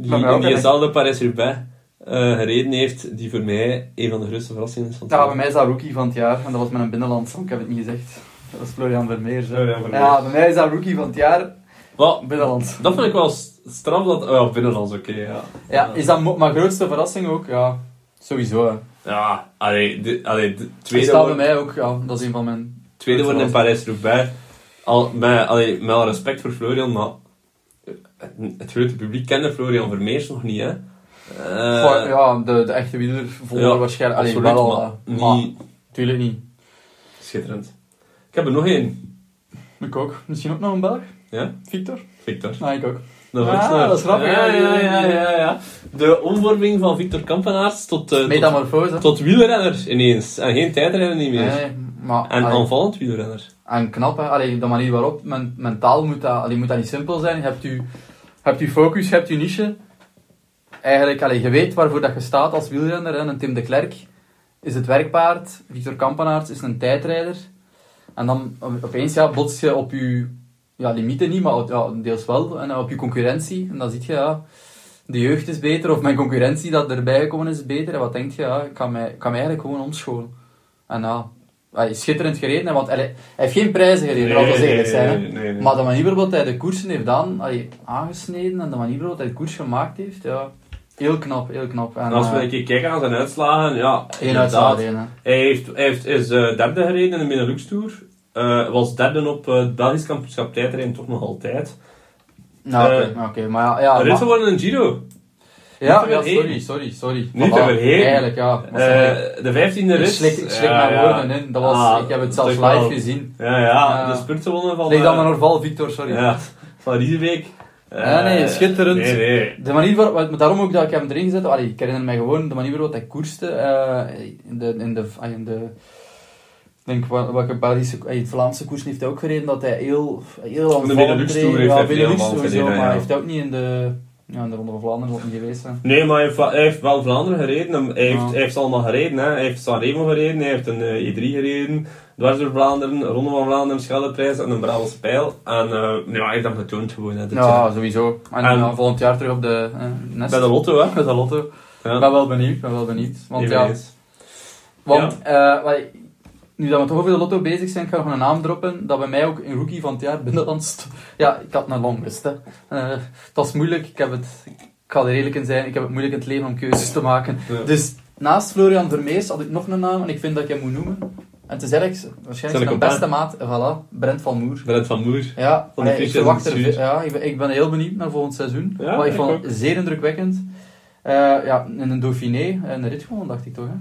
[SPEAKER 1] die
[SPEAKER 2] Bij mij ook
[SPEAKER 1] in
[SPEAKER 2] in.
[SPEAKER 1] diezelfde Paris-Roubaix eh, gereden heeft, die voor mij een van de grootste verrassingen is van het
[SPEAKER 2] Ja,
[SPEAKER 1] jaar.
[SPEAKER 2] bij mij is dat rookie van het jaar. En dat was met een binnenland. Ik heb het niet gezegd. Dat was Florian Vermeer. hè.
[SPEAKER 1] Florian Vermeer.
[SPEAKER 2] Ja, bij mij is dat rookie van het jaar.
[SPEAKER 1] Wel,
[SPEAKER 2] Binnenland.
[SPEAKER 1] dat vind ik wel s- straf dat... Oh, ja, binnenlands, oké, ja.
[SPEAKER 2] Ja, is dat mo- mijn grootste verrassing ook? Ja, sowieso. Hè.
[SPEAKER 1] Ja, allee, de, allee, de
[SPEAKER 2] Tweede
[SPEAKER 1] tweede,
[SPEAKER 2] staat bij
[SPEAKER 1] woord,
[SPEAKER 2] mij ook. Ja, dat is een van mijn...
[SPEAKER 1] tweede worden in Parijs-Roubaix. Al, met, allee, met alle respect voor Florian, maar het, het grote publiek kende Florian Vermeers nog niet, hè. Eh,
[SPEAKER 2] Goh, ja, de, de echte wieler volgen
[SPEAKER 1] ja,
[SPEAKER 2] waarschijnlijk. Allee,
[SPEAKER 1] absoluut,
[SPEAKER 2] wel al,
[SPEAKER 1] maar
[SPEAKER 2] hè. maar
[SPEAKER 1] niet-
[SPEAKER 2] tuurlijk niet.
[SPEAKER 1] Schitterend. Ik heb er nog één.
[SPEAKER 2] Ik ook. Misschien ook nog een Belg?
[SPEAKER 1] Ja?
[SPEAKER 2] Victor?
[SPEAKER 1] Victor.
[SPEAKER 2] Nee, ik ook.
[SPEAKER 1] Dat
[SPEAKER 2] Ah,
[SPEAKER 1] wordt snel.
[SPEAKER 2] dat is grappig.
[SPEAKER 1] Ja, ja, ja, ja, ja. De omvorming van Victor Kampenaerts tot, eh, tot,
[SPEAKER 2] Metamorfose.
[SPEAKER 1] tot wielrenner ineens. En geen tijdrenner niet meer.
[SPEAKER 2] Nee, maar...
[SPEAKER 1] En
[SPEAKER 2] allee.
[SPEAKER 1] aanvallend wielrenner.
[SPEAKER 2] En knap, hè. Allee, de manier waarop, men, mentaal moet dat, allee, moet dat niet simpel zijn. Je hebt je, hebt je focus, je hebt je niche. Eigenlijk, allee, je weet waarvoor dat je staat als wielrenner. Hè. Een Tim de Klerk is het werkpaard, Victor Kampenaerts is een tijdrijder. En dan o- opeens ja, bots je op je ja, limieten niet, maar ja, deels wel, en eh, op je concurrentie. En dan zie je, ja, de jeugd is beter, of mijn concurrentie dat erbij gekomen is, is beter. En wat denk je, ja, ik kan mij, ik kan mij eigenlijk gewoon omscholen. En ja, hij is schitterend gereden, hè, want hij, hij heeft geen prijzen gereden, laten we eerlijk zijn. hè. Maar de manier waarop hij de koersen heeft aan, allee, aangesneden en de manier waarop hij de koers gemaakt heeft, ja, heel knap, heel knap. En,
[SPEAKER 1] En als we
[SPEAKER 2] eh,
[SPEAKER 1] een keer kijken naar zijn uitslagen, ja,
[SPEAKER 2] één
[SPEAKER 1] inderdaad.
[SPEAKER 2] uitslag erin, hè.
[SPEAKER 1] Hij, heeft, hij heeft, is eh, derde gereden in de Benelux Tour. Eh, was derde op eh, het Belgisch kampioenschap tijdrijden, toch nog altijd.
[SPEAKER 2] Nou,
[SPEAKER 1] Eh,
[SPEAKER 2] oké, maar oké, maar ja... ja,
[SPEAKER 1] Er is
[SPEAKER 2] Ah, maar-
[SPEAKER 1] geworden een Giro.
[SPEAKER 2] Ja,
[SPEAKER 1] te
[SPEAKER 2] ja,
[SPEAKER 1] vergeten.
[SPEAKER 2] sorry, sorry, sorry.
[SPEAKER 1] Niet
[SPEAKER 2] Voilà,
[SPEAKER 1] te vergeten.
[SPEAKER 2] Eigenlijk, ja.
[SPEAKER 1] Eh,
[SPEAKER 2] Maar sorry.
[SPEAKER 1] de vijftiende
[SPEAKER 2] ik
[SPEAKER 1] rit.
[SPEAKER 2] Dus slik, ik slik
[SPEAKER 1] Ja,
[SPEAKER 2] mijn
[SPEAKER 1] ja.
[SPEAKER 2] woorden in. Dat was,
[SPEAKER 1] Ah,
[SPEAKER 2] ik heb het
[SPEAKER 1] dat
[SPEAKER 2] zelfs
[SPEAKER 1] is wel-
[SPEAKER 2] live gezien.
[SPEAKER 1] Ja, ja,
[SPEAKER 2] Ja.
[SPEAKER 1] de spurtse wonnen van...
[SPEAKER 2] Leg dat
[SPEAKER 1] eh,
[SPEAKER 2] maar naar val, Victor, sorry.
[SPEAKER 1] Ja, van Riedebeek.
[SPEAKER 2] Ja, nee,
[SPEAKER 1] Eh,
[SPEAKER 2] schitterend.
[SPEAKER 1] Nee, nee.
[SPEAKER 2] De manier waarop, maar daarom ook dat ik hem erin gezet heb, allee, ik herinner mij gewoon de manier waarop hij koerste eh, in de, in de, ah, in de ik denk wel- welke Belgische, eh, Vlaamse koers heeft hij ook gereden, dat hij heel, heel
[SPEAKER 1] Van de
[SPEAKER 2] aanvallend
[SPEAKER 1] Benelux
[SPEAKER 2] reed.
[SPEAKER 1] Tour heeft
[SPEAKER 2] ja,
[SPEAKER 1] hij veel
[SPEAKER 2] Benelux
[SPEAKER 1] aanvallend
[SPEAKER 2] sowieso,
[SPEAKER 1] gereden,
[SPEAKER 2] maar
[SPEAKER 1] ja.
[SPEAKER 2] hij heeft ook niet in de, ja, in de Ronde van Vlaanderen ook niet geweest zijn.
[SPEAKER 1] Nee, maar hij heeft, wel- hij heeft wel Vlaanderen gereden. Hem- Hij heeft,
[SPEAKER 2] Ja.
[SPEAKER 1] hij heeft ze allemaal gereden. Hè. Hij heeft Sanremo gereden, hij heeft een eh, E3 gereden, dwars door Vlaanderen, Ronde van Vlaanderen, Scheldeprijs en een Brabantse pijl. En eh ja, hij heeft dat getoond gewoon. Hè, dit jaar.
[SPEAKER 2] Ja, sowieso. En,
[SPEAKER 1] En-
[SPEAKER 2] ja, volgend jaar terug op de eh, nest.
[SPEAKER 1] Bij de Lotto, hè.
[SPEAKER 2] Met de lotto. Ik ben
[SPEAKER 1] Ja.
[SPEAKER 2] wel benieuwd, ben wel benieuwd. Want
[SPEAKER 1] Niet
[SPEAKER 2] ja,
[SPEAKER 1] eens.
[SPEAKER 2] Want eh, wat ik- nu dat we toch over de lotto bezig zijn, ik ga nog een naam droppen dat bij mij ook een rookie van het jaar binnenlands... st- Ja, ik had een longest. Hè. Eh, dat is moeilijk. Ik, heb het, ik ga er eerlijk in zijn. Ik heb het moeilijk in het leven om keuzes te maken.
[SPEAKER 1] Ja.
[SPEAKER 2] Dus naast Florian Vermees had ik nog een naam en ik vind dat ik hem moet noemen. En het is eigenlijk waarschijnlijk
[SPEAKER 1] Zal
[SPEAKER 2] mijn
[SPEAKER 1] ik
[SPEAKER 2] beste
[SPEAKER 1] op
[SPEAKER 2] maat. eh, Voilà, Brent van Moer.
[SPEAKER 1] Brent van Moer.
[SPEAKER 2] Ja,
[SPEAKER 1] Van de
[SPEAKER 2] nee, ik,
[SPEAKER 1] Christian
[SPEAKER 2] verwacht er,
[SPEAKER 1] Suur.
[SPEAKER 2] ve- ja ik, ben, ik ben heel benieuwd naar volgend seizoen.
[SPEAKER 1] Ja,
[SPEAKER 2] maar ik
[SPEAKER 1] ik
[SPEAKER 2] vond
[SPEAKER 1] ook.
[SPEAKER 2] het zeer indrukwekkend. Eh, ja, in een Dauphiné, een rit gewoon, dacht ik toch. Hè?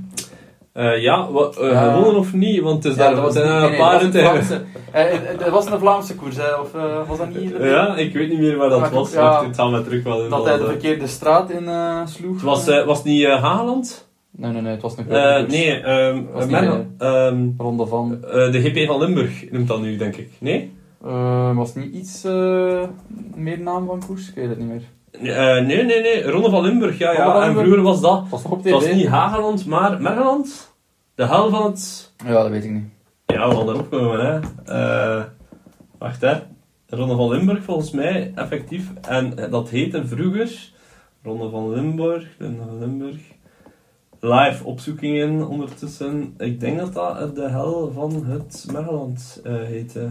[SPEAKER 1] Eh, ja, wa- eh,
[SPEAKER 2] Ja.
[SPEAKER 1] gewonnen of niet? Want het is
[SPEAKER 2] Ja,
[SPEAKER 1] Dus daar,
[SPEAKER 2] dat was
[SPEAKER 1] zijn
[SPEAKER 2] niet-
[SPEAKER 1] er
[SPEAKER 2] nee,
[SPEAKER 1] een
[SPEAKER 2] nee,
[SPEAKER 1] paar
[SPEAKER 2] dat was een
[SPEAKER 1] ritten.
[SPEAKER 2] Vlaamse- eh, eh, Dat was een Vlaamse koers, hè, of eh, was dat niet? hier?
[SPEAKER 1] Ja, ik weet niet meer waar dat
[SPEAKER 2] Maar ik-
[SPEAKER 1] was.
[SPEAKER 2] ja.
[SPEAKER 1] Wacht, dit zal mij terug wel in.
[SPEAKER 2] Dat hij de
[SPEAKER 1] want, eh,
[SPEAKER 2] verkeerde straat in eh, sloeg.
[SPEAKER 1] Het was, eh, was het niet eh, Hageland?
[SPEAKER 2] nee, nee, nee, het was een grote
[SPEAKER 1] Eh,
[SPEAKER 2] koers.
[SPEAKER 1] nee, ehm,
[SPEAKER 2] Was niet
[SPEAKER 1] Merlo- ehm,
[SPEAKER 2] Ronde van...
[SPEAKER 1] eh, de GP van Limburg noemt dat nu, denk ik. Nee?
[SPEAKER 2] eh, was het niet iets eh, meer naam van koers? Ik weet het niet meer.
[SPEAKER 1] Eh, nee, nee, nee. Ronde van Limburg, ja,
[SPEAKER 2] Ronde van
[SPEAKER 1] ja. En
[SPEAKER 2] Limburg.
[SPEAKER 1] vroeger was dat.
[SPEAKER 2] Het was nog op tv?
[SPEAKER 1] Het was niet Hageland, maar Mergeland. De hel van het.
[SPEAKER 2] Ja, dat weet ik niet.
[SPEAKER 1] Ja, we gaan erop komen, hè. Eh, wacht, hè. Ronde van Limburg, volgens mij, effectief. En eh, dat heette vroeger... Ronde van Limburg, Ronde van Limburg... Live opzoekingen ondertussen. Ik denk dat dat eh, de hel van het Mergeland eh, heette.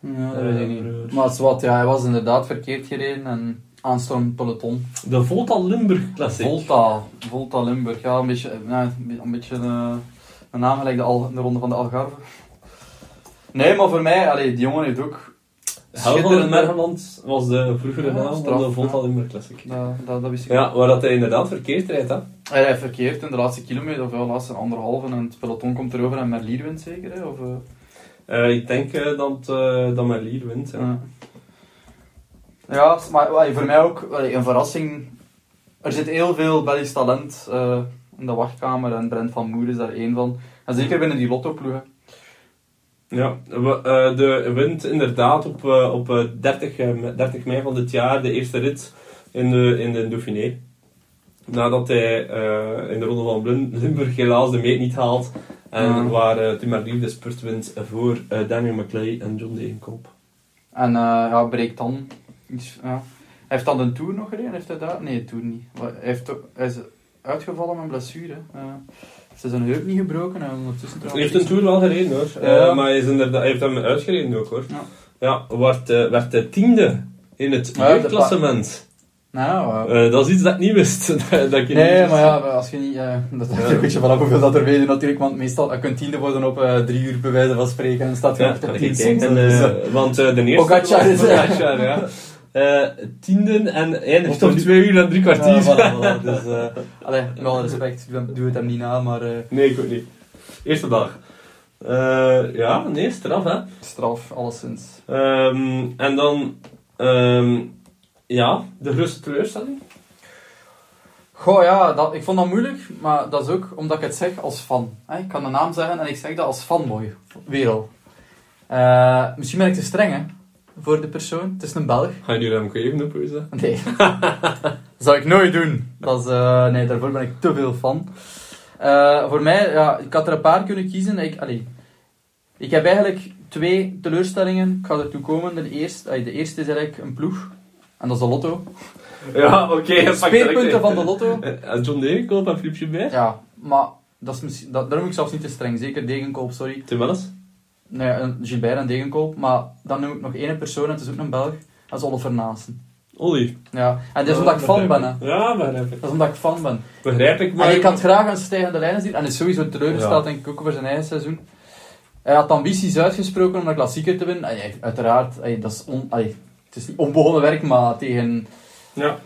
[SPEAKER 2] Ja, dat
[SPEAKER 1] Eh,
[SPEAKER 2] weet ik niet.
[SPEAKER 1] broer.
[SPEAKER 2] Maar het is wat, ja, hij was inderdaad verkeerd gereden en aanstormend peloton.
[SPEAKER 1] De Volta Limburg Classic.
[SPEAKER 2] Volta, Volta Limburg, ja, een beetje, eh, nou, een, beetje eh, een naam gelijk de, Al- de ronde van de Algarve. Nee, maar voor mij, allee, die jongen heeft ook.
[SPEAKER 1] hel van het
[SPEAKER 2] schitterende-
[SPEAKER 1] Mergeland was de vroegere
[SPEAKER 2] Ja,
[SPEAKER 1] naam van
[SPEAKER 2] straf,
[SPEAKER 1] de Volta
[SPEAKER 2] ja.
[SPEAKER 1] Limburg Classic.
[SPEAKER 2] Dat, dat, dat wist ik
[SPEAKER 1] Ja, waar dat hij inderdaad verkeerd rijdt, hè.
[SPEAKER 2] niet. Hij rijdt verkeerd in de laatste kilometer, of ja, de laatste anderhalve, en het peloton komt erover en Merlier wint zeker. Hè? Of, eh,
[SPEAKER 1] Eh, ik denk eh, dat, eh dat Merlier wint, hè.
[SPEAKER 2] ja. Ja, maar allee, voor mij ook allee, een verrassing. Er zit heel veel Belgisch talent eh, in de wachtkamer en Brent van Moer is daar één van. En zeker binnen die lottoploegen.
[SPEAKER 1] Ja, we, eh, de wint inderdaad op, eh, op eh, 30, eh, me- 30 mei van dit jaar de eerste rit in de, in de Dauphiné. Nadat hij eh, in de Ronde van Blin- Limburg helaas de meet niet haalt. En
[SPEAKER 2] Ja.
[SPEAKER 1] waar eh Tim Merlier de spurt wint voor eh, Daniel McClay en John Degenkolb.
[SPEAKER 2] En eh, ja, breekt dan iets. Ja. Hij heeft dan een tour nog gereden? Heeft hij dat? Nee, tour niet. Wa- Hij, heeft, ook- hij is uitgevallen met een blessure. hè. Eh, heeft hij zijn heup niet gebroken? En ondertussen
[SPEAKER 1] Hij heeft een Tour wel gereden hoor. Eh,
[SPEAKER 2] Ja.
[SPEAKER 1] maar hij, is inderdaad, hij heeft hem uitgereden ook hoor.
[SPEAKER 2] Ja.
[SPEAKER 1] Ja, werd, eh, werd de tiende in het
[SPEAKER 2] Ja, de
[SPEAKER 1] jeugdklassement.
[SPEAKER 2] Nou, eh,
[SPEAKER 1] Eh, dat is iets dat ik niet wist. dat ik niet
[SPEAKER 2] nee,
[SPEAKER 1] wist.
[SPEAKER 2] maar ja, als je niet. eh, dat hangt er een beetje vanaf hoeveel dat er weten natuurlijk. Want meestal je kunt tiende worden op eh, drie uur bij wijze van spreken. En dan staat je
[SPEAKER 1] Ja,
[SPEAKER 2] nog tot
[SPEAKER 1] ik
[SPEAKER 2] tien
[SPEAKER 1] kijk,
[SPEAKER 2] soms.
[SPEAKER 1] en,
[SPEAKER 2] dus, eh,
[SPEAKER 1] eh, want eh, de eerste
[SPEAKER 2] Pogacar
[SPEAKER 1] was
[SPEAKER 2] is-
[SPEAKER 1] Pogacar, ja. Eh, tienden en eindigt
[SPEAKER 2] Op
[SPEAKER 1] om
[SPEAKER 2] een-
[SPEAKER 1] twee uur en drie kwartier.
[SPEAKER 2] ja, voilà, voilà. Dus, eh, allee, met alle respect, ik ben- doe het hem niet na, maar eh,
[SPEAKER 1] Nee, ik ook niet. Eerste dag. Eh, ja, nee, straf hè.
[SPEAKER 2] straf, alleszins.
[SPEAKER 1] Ehm, en dan, ehm, ja, de grootste teleurstelling.
[SPEAKER 2] Goh ja, dat, ik vond dat moeilijk, maar dat is ook omdat ik het zeg als fan. Hè? Ik kan de naam zeggen en ik zeg dat als fanboy. Weer al. Eh, misschien ben ik te streng hè, voor de persoon. Het is een Belg.
[SPEAKER 1] Ga je nu hem even opwezen?
[SPEAKER 2] Nee. Zou ik nooit doen. Dat is, eh, nee, daarvoor ben ik te veel van. Eh, voor mij, ja, ik had er een paar kunnen kiezen. Ik, allee, ik heb eigenlijk twee teleurstellingen. Ik ga ertoe komen. De eerste, allee, de eerste is eigenlijk een ploeg. En dat is de lotto.
[SPEAKER 1] Ja, oké. pak direct
[SPEAKER 2] Speerpunten
[SPEAKER 1] in.
[SPEAKER 2] van de lotto.
[SPEAKER 1] Eh, eh, John Degenkoop en Filip Gilbert.
[SPEAKER 2] Ja, maar dat is misschien, dat, daar moet ik zelfs niet te streng. Zeker Degenkoop, sorry.
[SPEAKER 1] Tim Welles.
[SPEAKER 2] Nee, een Gilbert en Degenkoop. Maar dan noem ik nog één persoon, en het is ook een Belg. Dat is Oliver Naassen.
[SPEAKER 1] Olly.
[SPEAKER 2] Ja, en dat is omdat ik fan ben. Hè.
[SPEAKER 1] Ja, begrijp ik.
[SPEAKER 2] Dat is omdat ik fan ben.
[SPEAKER 1] Begrijp ik, maar...
[SPEAKER 2] En ik had graag een stijgende lijn zien. En is sowieso teleurgesteld, denk ik, ook over zijn eigen seizoen. Hij had ambities uitgesproken om de klassieker te winnen. En hij- uiteraard, hij- dat is on, hij- het is niet onbegonnen werk, maar tegen...
[SPEAKER 1] Ja.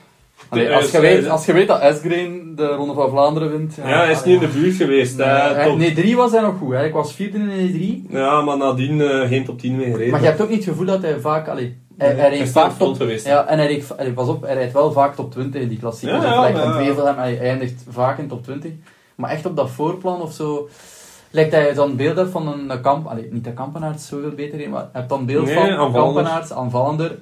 [SPEAKER 2] Allee,
[SPEAKER 1] De-
[SPEAKER 2] als, je
[SPEAKER 1] eh,
[SPEAKER 2] weet,
[SPEAKER 1] eh,
[SPEAKER 2] als je weet dat Esgreen de Ronde van Vlaanderen wint...
[SPEAKER 1] Ja, hij is niet in de buurt geweest.
[SPEAKER 2] Nee,
[SPEAKER 1] hè,
[SPEAKER 2] hij-
[SPEAKER 1] top.
[SPEAKER 2] nee, drie was hij nog goed. Hè. Ik was vierde in de drie.
[SPEAKER 1] Ja, maar nadien eh, geen top 10 meer gereden.
[SPEAKER 2] Maar je hebt ook niet het gevoel dat hij vaak... Allee, Hij, hij reed
[SPEAKER 1] is
[SPEAKER 2] vaak
[SPEAKER 1] vaak vol
[SPEAKER 2] top-
[SPEAKER 1] geweest. hè.
[SPEAKER 2] Ja, en hij reed, va- allee, pas op, hij rijdt wel vaak top 20 in die klassiekers.
[SPEAKER 1] Ja, ja,
[SPEAKER 2] of like,
[SPEAKER 1] maar ja.
[SPEAKER 2] van Wevelgem, hij eindigt vaak in top 20. Maar echt op dat voorplan of zo, lijkt hij dan beeld heeft van een, een kamp... Allee, niet dat Kampenaerts zoveel beter in, maar hij heeft dan beeld
[SPEAKER 1] Nee,
[SPEAKER 2] van
[SPEAKER 1] aanvallender.
[SPEAKER 2] Kampenaerts, aanvallender.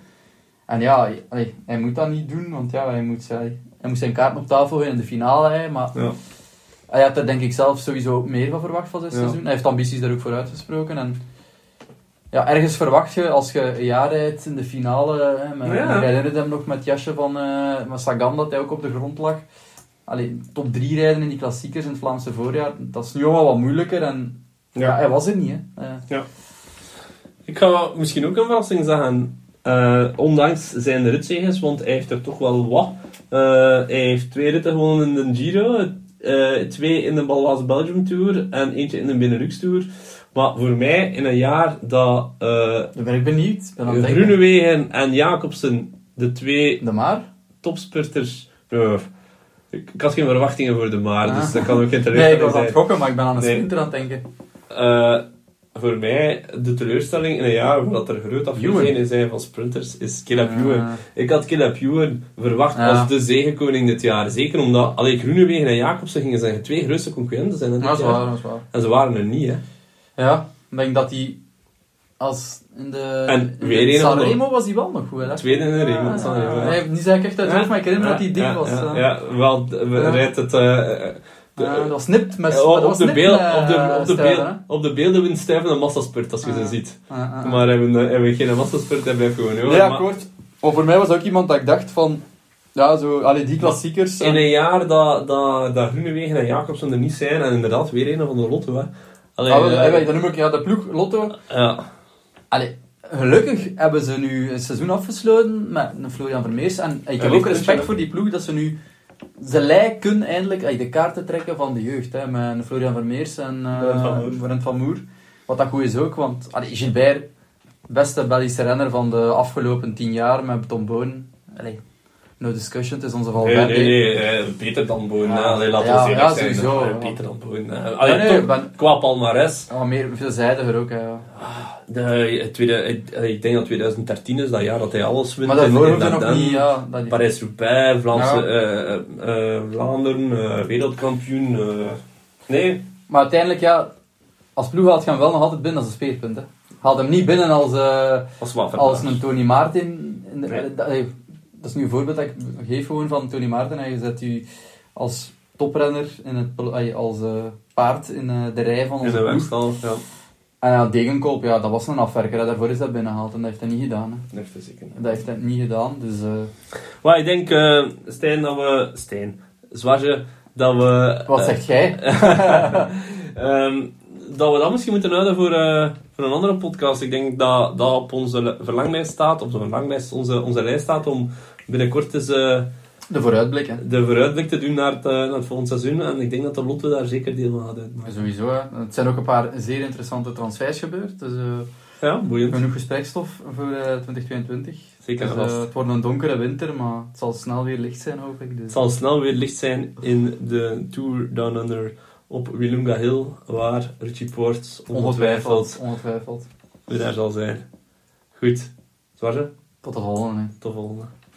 [SPEAKER 2] En ja, allee, hij moet dat niet doen, want ja, hij moet, zijn- hij moet zijn kaarten op tafel gooien in de finale. hè, maar
[SPEAKER 1] Ja.
[SPEAKER 2] hij had er denk ik zelf sowieso meer van verwacht van zijn
[SPEAKER 1] Ja.
[SPEAKER 2] seizoen. Hij heeft ambities daar ook voor uitgesproken. En ja, ergens verwacht je als je een jaar rijdt in de finale. Hè, met,
[SPEAKER 1] Ja.
[SPEAKER 2] Ik herinnerde hem nog met het jasje van eh, met Sagan dat hij ook op de grond lag. Allee, top 3 rijden in die klassiekers in het Vlaamse voorjaar, dat is nu allemaal wat moeilijker. En ja.
[SPEAKER 1] Ja.
[SPEAKER 2] hij was er niet. Hè. Eh,
[SPEAKER 1] Ik ga misschien ook een verrassing zeggen. Eh, ondanks zijn ritzegens, want hij heeft er toch wel wat. Eh, hij heeft twee ritten gewonnen in de Giro, eh, twee in de Ballas Belgium Tour en eentje in de Benelux Tour. Maar voor mij, in een jaar dat eh
[SPEAKER 2] Dan ben ik benieuwd. Ik Ben aan het denken.
[SPEAKER 1] Groenewegen en Jacobsen, de twee
[SPEAKER 2] De maar?
[SPEAKER 1] topspurters... eh, ik, ik had geen verwachtingen voor de maar,
[SPEAKER 2] Ah.
[SPEAKER 1] dus dat kan ook geen
[SPEAKER 2] Nee, ik
[SPEAKER 1] teleurstelling
[SPEAKER 2] was aan
[SPEAKER 1] zijn.
[SPEAKER 2] het gokken, maar ik ben aan het
[SPEAKER 1] Nee.
[SPEAKER 2] sprinter aan het denken.
[SPEAKER 1] Eh, voor mij, de teleurstelling in een jaar waar dat er groot afwezigheden zijn van sprinters, is Caleb Ewan.
[SPEAKER 2] Eh,
[SPEAKER 1] Ik had Caleb Ewan verwacht
[SPEAKER 2] Ja.
[SPEAKER 1] als de zegenkoning dit jaar. Zeker omdat alleen Groenewegen en Jacobsen gingen zijn twee grootste concurrenten zijn. hè, dit
[SPEAKER 2] dat is
[SPEAKER 1] jaar.
[SPEAKER 2] waar, dat is waar.
[SPEAKER 1] En ze waren er niet, hè.
[SPEAKER 2] Ja, ik denk dat hij als in de
[SPEAKER 1] En
[SPEAKER 2] in de
[SPEAKER 1] weer een
[SPEAKER 2] Sanremo was hij wel nog goed, hè?
[SPEAKER 1] Tweede in de
[SPEAKER 2] Ja,
[SPEAKER 1] regel. zal je
[SPEAKER 2] ja,
[SPEAKER 1] wel.
[SPEAKER 2] Ah. Nee, niet zeg ik echt uit het
[SPEAKER 1] Ja,
[SPEAKER 2] hoofd, maar ik herinner me dat hij dik
[SPEAKER 1] ja,
[SPEAKER 2] was.
[SPEAKER 1] Ja,
[SPEAKER 2] hè.
[SPEAKER 1] ja, wel, d- we
[SPEAKER 2] Ja. Ah.
[SPEAKER 1] rijdt het... eh, eh, de-
[SPEAKER 2] Ja, dat was nipt met
[SPEAKER 1] eh,
[SPEAKER 2] maar dat
[SPEAKER 1] op,
[SPEAKER 2] was
[SPEAKER 1] de
[SPEAKER 2] nipt
[SPEAKER 1] beeld,
[SPEAKER 2] met,
[SPEAKER 1] op, de, op, de
[SPEAKER 2] Stuyven,
[SPEAKER 1] beeld,
[SPEAKER 2] hè.
[SPEAKER 1] op de beelden winnen stijven een massaspurt, als je ze
[SPEAKER 2] Ja.
[SPEAKER 1] ziet.
[SPEAKER 2] Ah, ah, ah.
[SPEAKER 1] Maar hebben we hebben geen massaspurt, hij blijft gewoon hoor.
[SPEAKER 2] ja,
[SPEAKER 1] Maar-
[SPEAKER 2] akkoord. Maar voor mij was dat ook iemand dat ik dacht van... Ja, zo, allee, die klassiekers. eh,
[SPEAKER 1] In een jaar dat, dat, dat Groenewegen en Jacobsen er niet zijn, en inderdaad weer een van de Lotto, hè. Allee,
[SPEAKER 2] Ah, wel,
[SPEAKER 1] eh,
[SPEAKER 2] eh, wij- dan noem ik ja, de ploeg Lotto.
[SPEAKER 1] ja.
[SPEAKER 2] Allee, gelukkig hebben ze nu het seizoen afgesloten met een Florian Vermeers. En ik heb
[SPEAKER 1] die
[SPEAKER 2] ook respect
[SPEAKER 1] puntje,
[SPEAKER 2] voor die ploeg dat ze nu... Ze lijken eindelijk uit de kaarten trekken van de jeugd. Hè, met een Florian Vermeers en eh,
[SPEAKER 1] Brent van Moer.
[SPEAKER 2] Brent van Moer. Wat dat goed is ook, want allee, Gilbert, beste Belgische renner van de afgelopen tien jaar met Tom Boon. Allee, no discussion, het is onze
[SPEAKER 1] Nee,
[SPEAKER 2] Valverde.
[SPEAKER 1] nee, nee, eh, beter dan Boon. hè. Allee, laten
[SPEAKER 2] Ah. Ja,
[SPEAKER 1] we eerlijk
[SPEAKER 2] ja,
[SPEAKER 1] zijn.
[SPEAKER 2] sowieso.
[SPEAKER 1] eh, Beter dan Boon. hè. Allee,
[SPEAKER 2] Nee, nee,
[SPEAKER 1] toch,
[SPEAKER 2] ben-
[SPEAKER 1] qua palmares.
[SPEAKER 2] Ja, Ah, meer veelzijdiger ook, hè, ja.
[SPEAKER 1] De, het tweede, het- eh, ik denk dat 2013 is, dat jaar dat hij alles wint.
[SPEAKER 2] Maar daarvoor
[SPEAKER 1] in- in
[SPEAKER 2] hoefde nog
[SPEAKER 1] Dardenne.
[SPEAKER 2] niet, ja. Dat niet.
[SPEAKER 1] Parijs-Roubaix, Vlaamse,
[SPEAKER 2] Ja.
[SPEAKER 1] eh, eh, eh, Vlaanderen, eh, wereldkampioen. eh. nee,
[SPEAKER 2] Maar uiteindelijk, ja, als ploeg haalt je hem wel nog altijd binnen als een speerpunt. Hè. Haalt hem niet binnen als, eh,
[SPEAKER 1] als wat
[SPEAKER 2] als een Tony Martin. In de-
[SPEAKER 1] Nee.
[SPEAKER 2] dat, eh, dat is nu een voorbeeld dat ik geef gewoon van Tony Martin. Hij zet u als toprenner, in het, pelo- eh, als eh, paard in eh, de rij van
[SPEAKER 1] In de
[SPEAKER 2] onze ploeg.
[SPEAKER 1] wegstal, ja.
[SPEAKER 2] En ja, Degenkolb, ja, dat was een afwerker. hè. Daarvoor is dat binnengehaald en dat heeft hij niet gedaan. Hè.
[SPEAKER 1] Nee, zeker niet.
[SPEAKER 2] Dat heeft hij niet gedaan, dus... eh,
[SPEAKER 1] Maar ik denk, eh, Stijn, dat we... Stijn, Zwartje, dat we...
[SPEAKER 2] wat
[SPEAKER 1] eh,
[SPEAKER 2] zegt jij?
[SPEAKER 1] Ehm, dat we dat misschien moeten houden voor, eh, voor een andere podcast. Ik denk dat dat op onze verlanglijst staat, op de verlanglijst, onze, onze lijst staat, om binnenkort eens eh,
[SPEAKER 2] De vooruitblik, hè.
[SPEAKER 1] de vooruitblik te doen naar het, eh, naar het volgende seizoen. En ik denk dat de Lotte daar zeker deel van gaat
[SPEAKER 2] Ja,
[SPEAKER 1] uitmaken.
[SPEAKER 2] Sowieso, hè. Het zijn ook een paar zeer interessante transfers gebeurd. Dus eh,
[SPEAKER 1] Ja, boeiend.
[SPEAKER 2] genoeg gesprekstof voor eh, 2022.
[SPEAKER 1] Zeker
[SPEAKER 2] Dus, eh,
[SPEAKER 1] vast.
[SPEAKER 2] het wordt een donkere winter, maar het zal snel weer licht zijn, hoop ik. Dus.
[SPEAKER 1] Het zal snel weer licht zijn in de Tour Down Under op Willunga Hill, waar Richie Poort ongetwijfeld
[SPEAKER 2] Ongetwijfeld.
[SPEAKER 1] weer daar zal zijn. Goed, Zwartje,
[SPEAKER 2] Tot de volgende. hè.
[SPEAKER 1] tot de volgende.